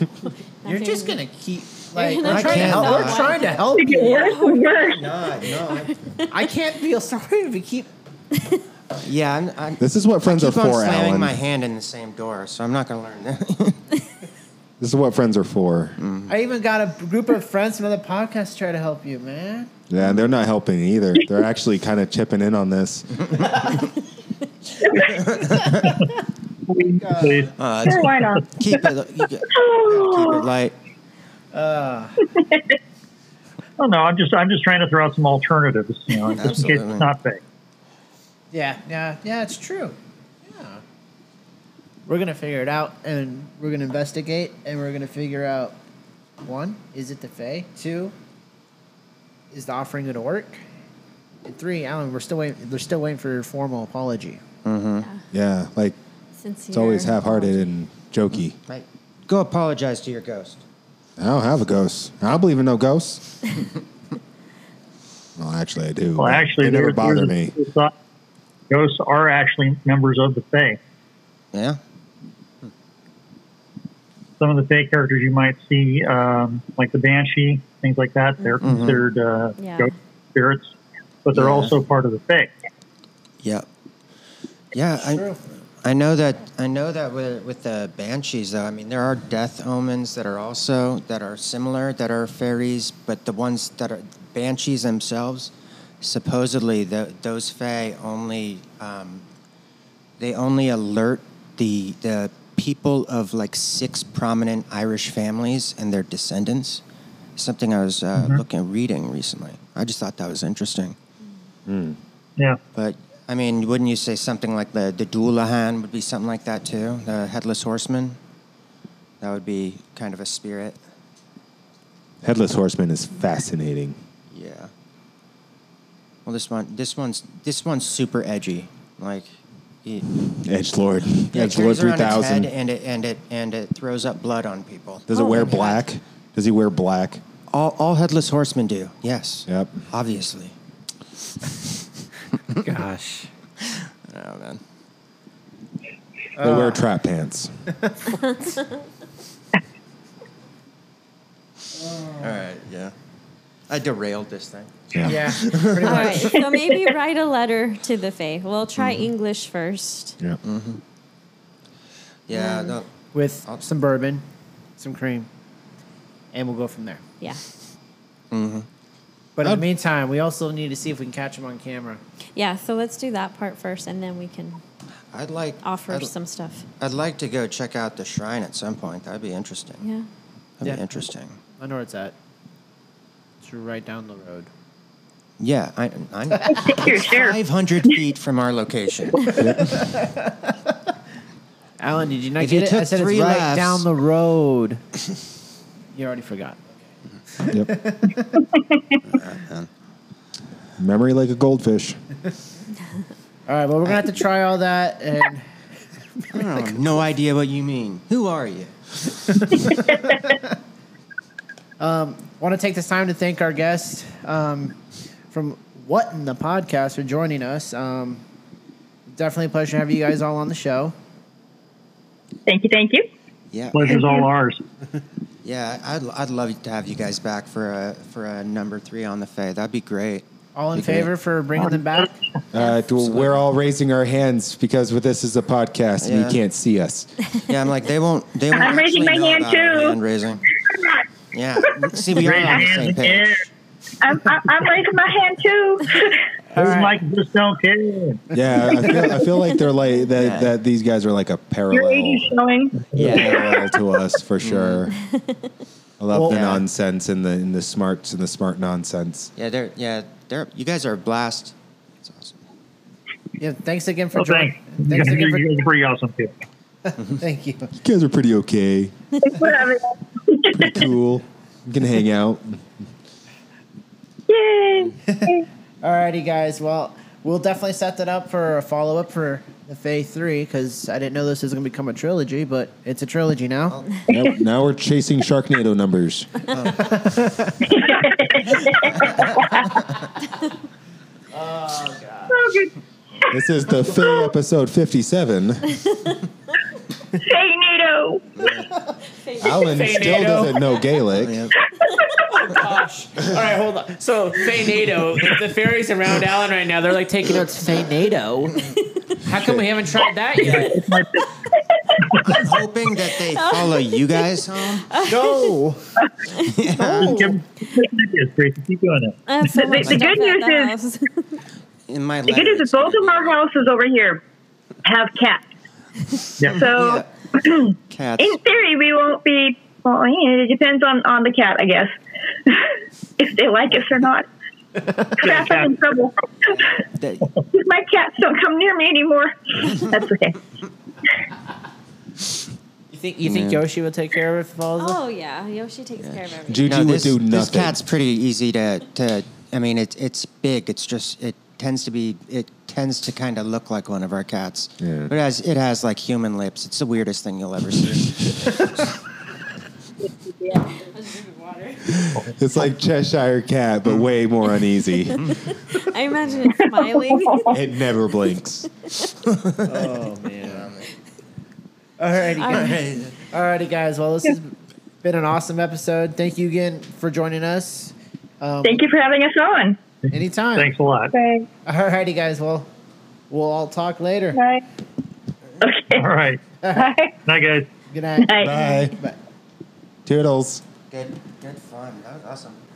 [SPEAKER 1] You're just gonna <laughs> keep like
[SPEAKER 4] You're gonna
[SPEAKER 1] we're
[SPEAKER 4] try
[SPEAKER 1] trying to
[SPEAKER 3] to
[SPEAKER 1] help.
[SPEAKER 3] help.
[SPEAKER 1] We're trying to help
[SPEAKER 6] it
[SPEAKER 1] you. <laughs>
[SPEAKER 6] worse and worse.
[SPEAKER 3] No, no.
[SPEAKER 1] I can't feel <laughs> sorry if you keep.
[SPEAKER 3] Yeah, I'm, I'm,
[SPEAKER 2] <laughs> This is what friends are
[SPEAKER 3] keep on
[SPEAKER 2] for,
[SPEAKER 3] slamming
[SPEAKER 2] Alan.
[SPEAKER 3] my hand in the same door, so I'm not gonna learn that.
[SPEAKER 2] This is what friends are for.
[SPEAKER 3] Mm.
[SPEAKER 1] I even got a group of friends from other podcasts to try to help you, man.
[SPEAKER 2] Yeah, and they're not helping either. They're actually kind of chipping in on this.
[SPEAKER 5] Please.
[SPEAKER 3] Uh,
[SPEAKER 6] Sure, why not?
[SPEAKER 3] <laughs> keep it. You get, keep it
[SPEAKER 6] Oh,
[SPEAKER 3] light.
[SPEAKER 5] Oh no, I'm just I'm just trying to throw out some alternatives, you know, just in case
[SPEAKER 3] Absolutely.
[SPEAKER 5] it's not fake.
[SPEAKER 1] Yeah, yeah, yeah. It's true. Yeah, we're gonna figure it out, and we're gonna investigate, and we're gonna figure out One, is it the Fae? Two, is the offering going to work? And three, Alan, we're still waiting. They're still waiting for your formal apology.
[SPEAKER 2] Yeah, like
[SPEAKER 4] Since
[SPEAKER 2] it's always
[SPEAKER 4] you're-
[SPEAKER 2] half-hearted and jokey.
[SPEAKER 3] Right. Go apologize to your ghost.
[SPEAKER 2] I don't have a ghost. I don't believe in
[SPEAKER 3] <laughs>
[SPEAKER 2] no ghosts. well, actually, I do.
[SPEAKER 5] Well,
[SPEAKER 2] but
[SPEAKER 5] actually,
[SPEAKER 2] they never
[SPEAKER 5] there-
[SPEAKER 2] bother
[SPEAKER 5] there's
[SPEAKER 2] me.
[SPEAKER 5] a- there's a- Ghosts are actually members of the Fae.
[SPEAKER 3] Yeah.
[SPEAKER 5] Some of the Fae characters you might see, um, like the Banshee, things like that, they're considered uh,
[SPEAKER 4] Yeah.
[SPEAKER 5] ghost spirits, but they're
[SPEAKER 3] Mm-hmm. Yeah.
[SPEAKER 5] also part of the Fae.
[SPEAKER 3] Yeah. Yeah. I, I know that. I know that with, with the banshees, though. I mean, there are death omens that are also that are similar that are fairies, but the ones that are banshees themselves, supposedly the, those fae only um, they only alert the the people of like six prominent Irish families and their descendants. Something I was uh, looking reading recently. I just thought that was interesting.
[SPEAKER 5] Yeah.
[SPEAKER 3] But I mean, wouldn't you say something like the the Doulahan would be something like that too? The headless horseman. That would be kind of a spirit.
[SPEAKER 2] Headless Horseman is fascinating.
[SPEAKER 3] Yeah. Well, this one, this one's this one's super edgy. Like, it,
[SPEAKER 2] Edge Lord.
[SPEAKER 3] yeah, it
[SPEAKER 2] Edge Lord
[SPEAKER 3] turns
[SPEAKER 2] three
[SPEAKER 3] around its head
[SPEAKER 2] thousand.
[SPEAKER 3] and it and it and it throws up blood on people.
[SPEAKER 2] Does it
[SPEAKER 4] Oh
[SPEAKER 2] wear
[SPEAKER 4] my God.
[SPEAKER 2] black? Does he wear black?
[SPEAKER 3] All all headless horsemen do. Yes.
[SPEAKER 2] Yep.
[SPEAKER 3] <laughs> Obviously. <laughs>
[SPEAKER 1] Gosh.
[SPEAKER 3] Oh man.
[SPEAKER 2] They wear trap
[SPEAKER 5] <laughs>
[SPEAKER 2] pants.
[SPEAKER 3] All right. Yeah. I derailed this thing.
[SPEAKER 1] <laughs> Yeah. pretty
[SPEAKER 4] All
[SPEAKER 1] much.
[SPEAKER 4] right, <laughs> Mm-hmm. so maybe write a letter to the Fae. We'll try English first.
[SPEAKER 2] Yeah.
[SPEAKER 3] Yeah. No,
[SPEAKER 1] With some bourbon, some cream, and we'll go from there.
[SPEAKER 4] Yeah,
[SPEAKER 1] But in the meantime, we also need to see if we can catch him on camera.
[SPEAKER 4] yeah. So let's do that part first, and then we can
[SPEAKER 3] I'd like
[SPEAKER 4] offer
[SPEAKER 3] I'd-
[SPEAKER 4] some stuff.
[SPEAKER 3] I'd like to go check out the shrine at some point. That'd be interesting.
[SPEAKER 4] Yeah.
[SPEAKER 3] That'd be
[SPEAKER 1] Yeah.
[SPEAKER 3] interesting.
[SPEAKER 1] I know where it's at. It's right down the road.
[SPEAKER 3] Yeah, I, I'm
[SPEAKER 6] <laughs> Here, there.
[SPEAKER 3] 500 feet from our
[SPEAKER 6] <laughs>
[SPEAKER 3] location.
[SPEAKER 1] Alan, did you not
[SPEAKER 3] If
[SPEAKER 1] get it?
[SPEAKER 3] you
[SPEAKER 1] I
[SPEAKER 3] took
[SPEAKER 1] said
[SPEAKER 3] three
[SPEAKER 1] it's right
[SPEAKER 3] laughs-
[SPEAKER 1] down the
[SPEAKER 3] <laughs>
[SPEAKER 1] road. you already forgot.
[SPEAKER 2] Yep.
[SPEAKER 3] Mm-hmm. <laughs>
[SPEAKER 2] Memory like a goldfish.
[SPEAKER 1] All right, well, we're gonna have to try all that, and
[SPEAKER 3] I have no idea what you mean. Who are you?
[SPEAKER 1] want to take this time to thank our guests um, from What in the Podcast for joining us. Um, definitely a pleasure to have you guys all on the show.
[SPEAKER 6] Thank you, thank you.
[SPEAKER 3] Yeah,
[SPEAKER 5] Pleasure's all ours.
[SPEAKER 3] yeah. I'd, I'd love to have you guys back for a for a number three on the Fae. That'd be great.
[SPEAKER 1] All in
[SPEAKER 3] Be great.
[SPEAKER 1] favor for bringing them back.
[SPEAKER 2] Uh, do- we're all raising our hands because with this is a podcast and
[SPEAKER 3] Yeah.
[SPEAKER 2] you can't see us.
[SPEAKER 3] Yeah, I'm like they won't. They won't
[SPEAKER 6] <laughs> I'm raising
[SPEAKER 3] actually
[SPEAKER 6] my
[SPEAKER 3] know
[SPEAKER 6] hand,
[SPEAKER 3] about our
[SPEAKER 6] too.
[SPEAKER 3] Hand raising. Yeah. See,
[SPEAKER 6] <laughs>
[SPEAKER 3] we are on the same page.
[SPEAKER 6] I'm, I'm, I'm raising my hand
[SPEAKER 3] <laughs>
[SPEAKER 6] too.
[SPEAKER 5] Those mics just don't care.
[SPEAKER 2] Yeah, I feel, I feel like they're like that,
[SPEAKER 3] Yeah.
[SPEAKER 2] that. These guys are like a
[SPEAKER 6] Your
[SPEAKER 2] parallel,
[SPEAKER 6] age is showing. <laughs>
[SPEAKER 2] parallel to us for sure. I love the
[SPEAKER 3] Mm. Yeah.
[SPEAKER 2] nonsense and the and the smarts and the smart nonsense.
[SPEAKER 3] Yeah, they're yeah they're. You guys are a blast. It's awesome.
[SPEAKER 1] Yeah, thanks again for
[SPEAKER 5] Well,
[SPEAKER 1] joining.
[SPEAKER 5] thanks. You guys
[SPEAKER 1] Thanks again
[SPEAKER 5] you
[SPEAKER 1] for
[SPEAKER 5] guys are pretty awesome, too.
[SPEAKER 1] <laughs> thank you.
[SPEAKER 2] You guys are pretty okay,
[SPEAKER 6] Whatever.
[SPEAKER 2] pretty cool. You can hang out.
[SPEAKER 6] Yay.
[SPEAKER 1] Alrighty, guys. Well, we'll definitely set that up for a follow up for the Fae Three because I didn't know this was gonna become a trilogy, but it's a trilogy now.
[SPEAKER 8] Oh,
[SPEAKER 2] Now, now we're chasing Sharknado numbers.
[SPEAKER 6] <laughs> Oh, good.
[SPEAKER 2] This is the Faye episode fifty-seven.
[SPEAKER 6] <laughs> Say NATO.
[SPEAKER 2] Alan still doesn't know Gaelic.
[SPEAKER 3] Yeah.
[SPEAKER 8] All right, hold on. So, Fae NATO, if the fairies around Alan right now, they're like taking notes.
[SPEAKER 1] Fae NATO.
[SPEAKER 8] How come we haven't tried that
[SPEAKER 1] <laughs>
[SPEAKER 8] yet?
[SPEAKER 3] I'm hoping that they follow you guys home.
[SPEAKER 1] No.
[SPEAKER 5] Give- It's great to keep doing it.
[SPEAKER 4] <laughs> I have so
[SPEAKER 6] The-
[SPEAKER 4] much
[SPEAKER 6] the
[SPEAKER 4] stuff
[SPEAKER 6] good
[SPEAKER 4] at the
[SPEAKER 6] news
[SPEAKER 4] house.
[SPEAKER 3] In my
[SPEAKER 6] The good news is both of our houses over here have cats.
[SPEAKER 5] Yeah.
[SPEAKER 6] So
[SPEAKER 3] Yeah. Cats.
[SPEAKER 6] in theory, we won't be. Well, yeah, it depends on, on the cat, I guess. <laughs> if they like us or not. Crap, I'm in trouble.
[SPEAKER 3] They-
[SPEAKER 6] My cats don't come near me anymore. That's okay.
[SPEAKER 3] You
[SPEAKER 8] think you think
[SPEAKER 3] Yeah.
[SPEAKER 8] Yoshi will take care of it if it falls?
[SPEAKER 4] <laughs> Oh yeah, Yoshi takes care of everything.
[SPEAKER 2] Juju
[SPEAKER 3] No,
[SPEAKER 2] would
[SPEAKER 3] this,
[SPEAKER 2] do nothing.
[SPEAKER 3] This cat's pretty easy to, to I mean, it's it's big. It's just it tends to be it tends to kind of look like one of our cats.
[SPEAKER 2] Yeah.
[SPEAKER 3] But it has it has like human lips. It's the weirdest thing you'll ever see.
[SPEAKER 2] It's like Cheshire Cat,
[SPEAKER 3] Mm.
[SPEAKER 2] but way more uneasy.
[SPEAKER 3] <laughs>
[SPEAKER 4] I imagine it smiling. <laughs>
[SPEAKER 2] it never
[SPEAKER 3] <laughs>
[SPEAKER 2] blinks.
[SPEAKER 1] Oh man.
[SPEAKER 8] Oh.
[SPEAKER 1] Alrighty,
[SPEAKER 4] Alright.
[SPEAKER 1] guys. Alrighty, guys. Well, this has been an awesome episode. Thank you again for joining us. Um,
[SPEAKER 6] Thank you for having us on.
[SPEAKER 1] Anytime.
[SPEAKER 5] Thanks a lot.
[SPEAKER 7] Okay,
[SPEAKER 1] Alrighty, guys. Well, we'll all talk later.
[SPEAKER 7] bye.
[SPEAKER 5] All right.
[SPEAKER 7] Bye.
[SPEAKER 5] Night, guys.
[SPEAKER 1] Good night.
[SPEAKER 6] Bye.
[SPEAKER 2] Bye.
[SPEAKER 1] Bye.
[SPEAKER 2] Toodles.
[SPEAKER 3] good, good fun. That was awesome.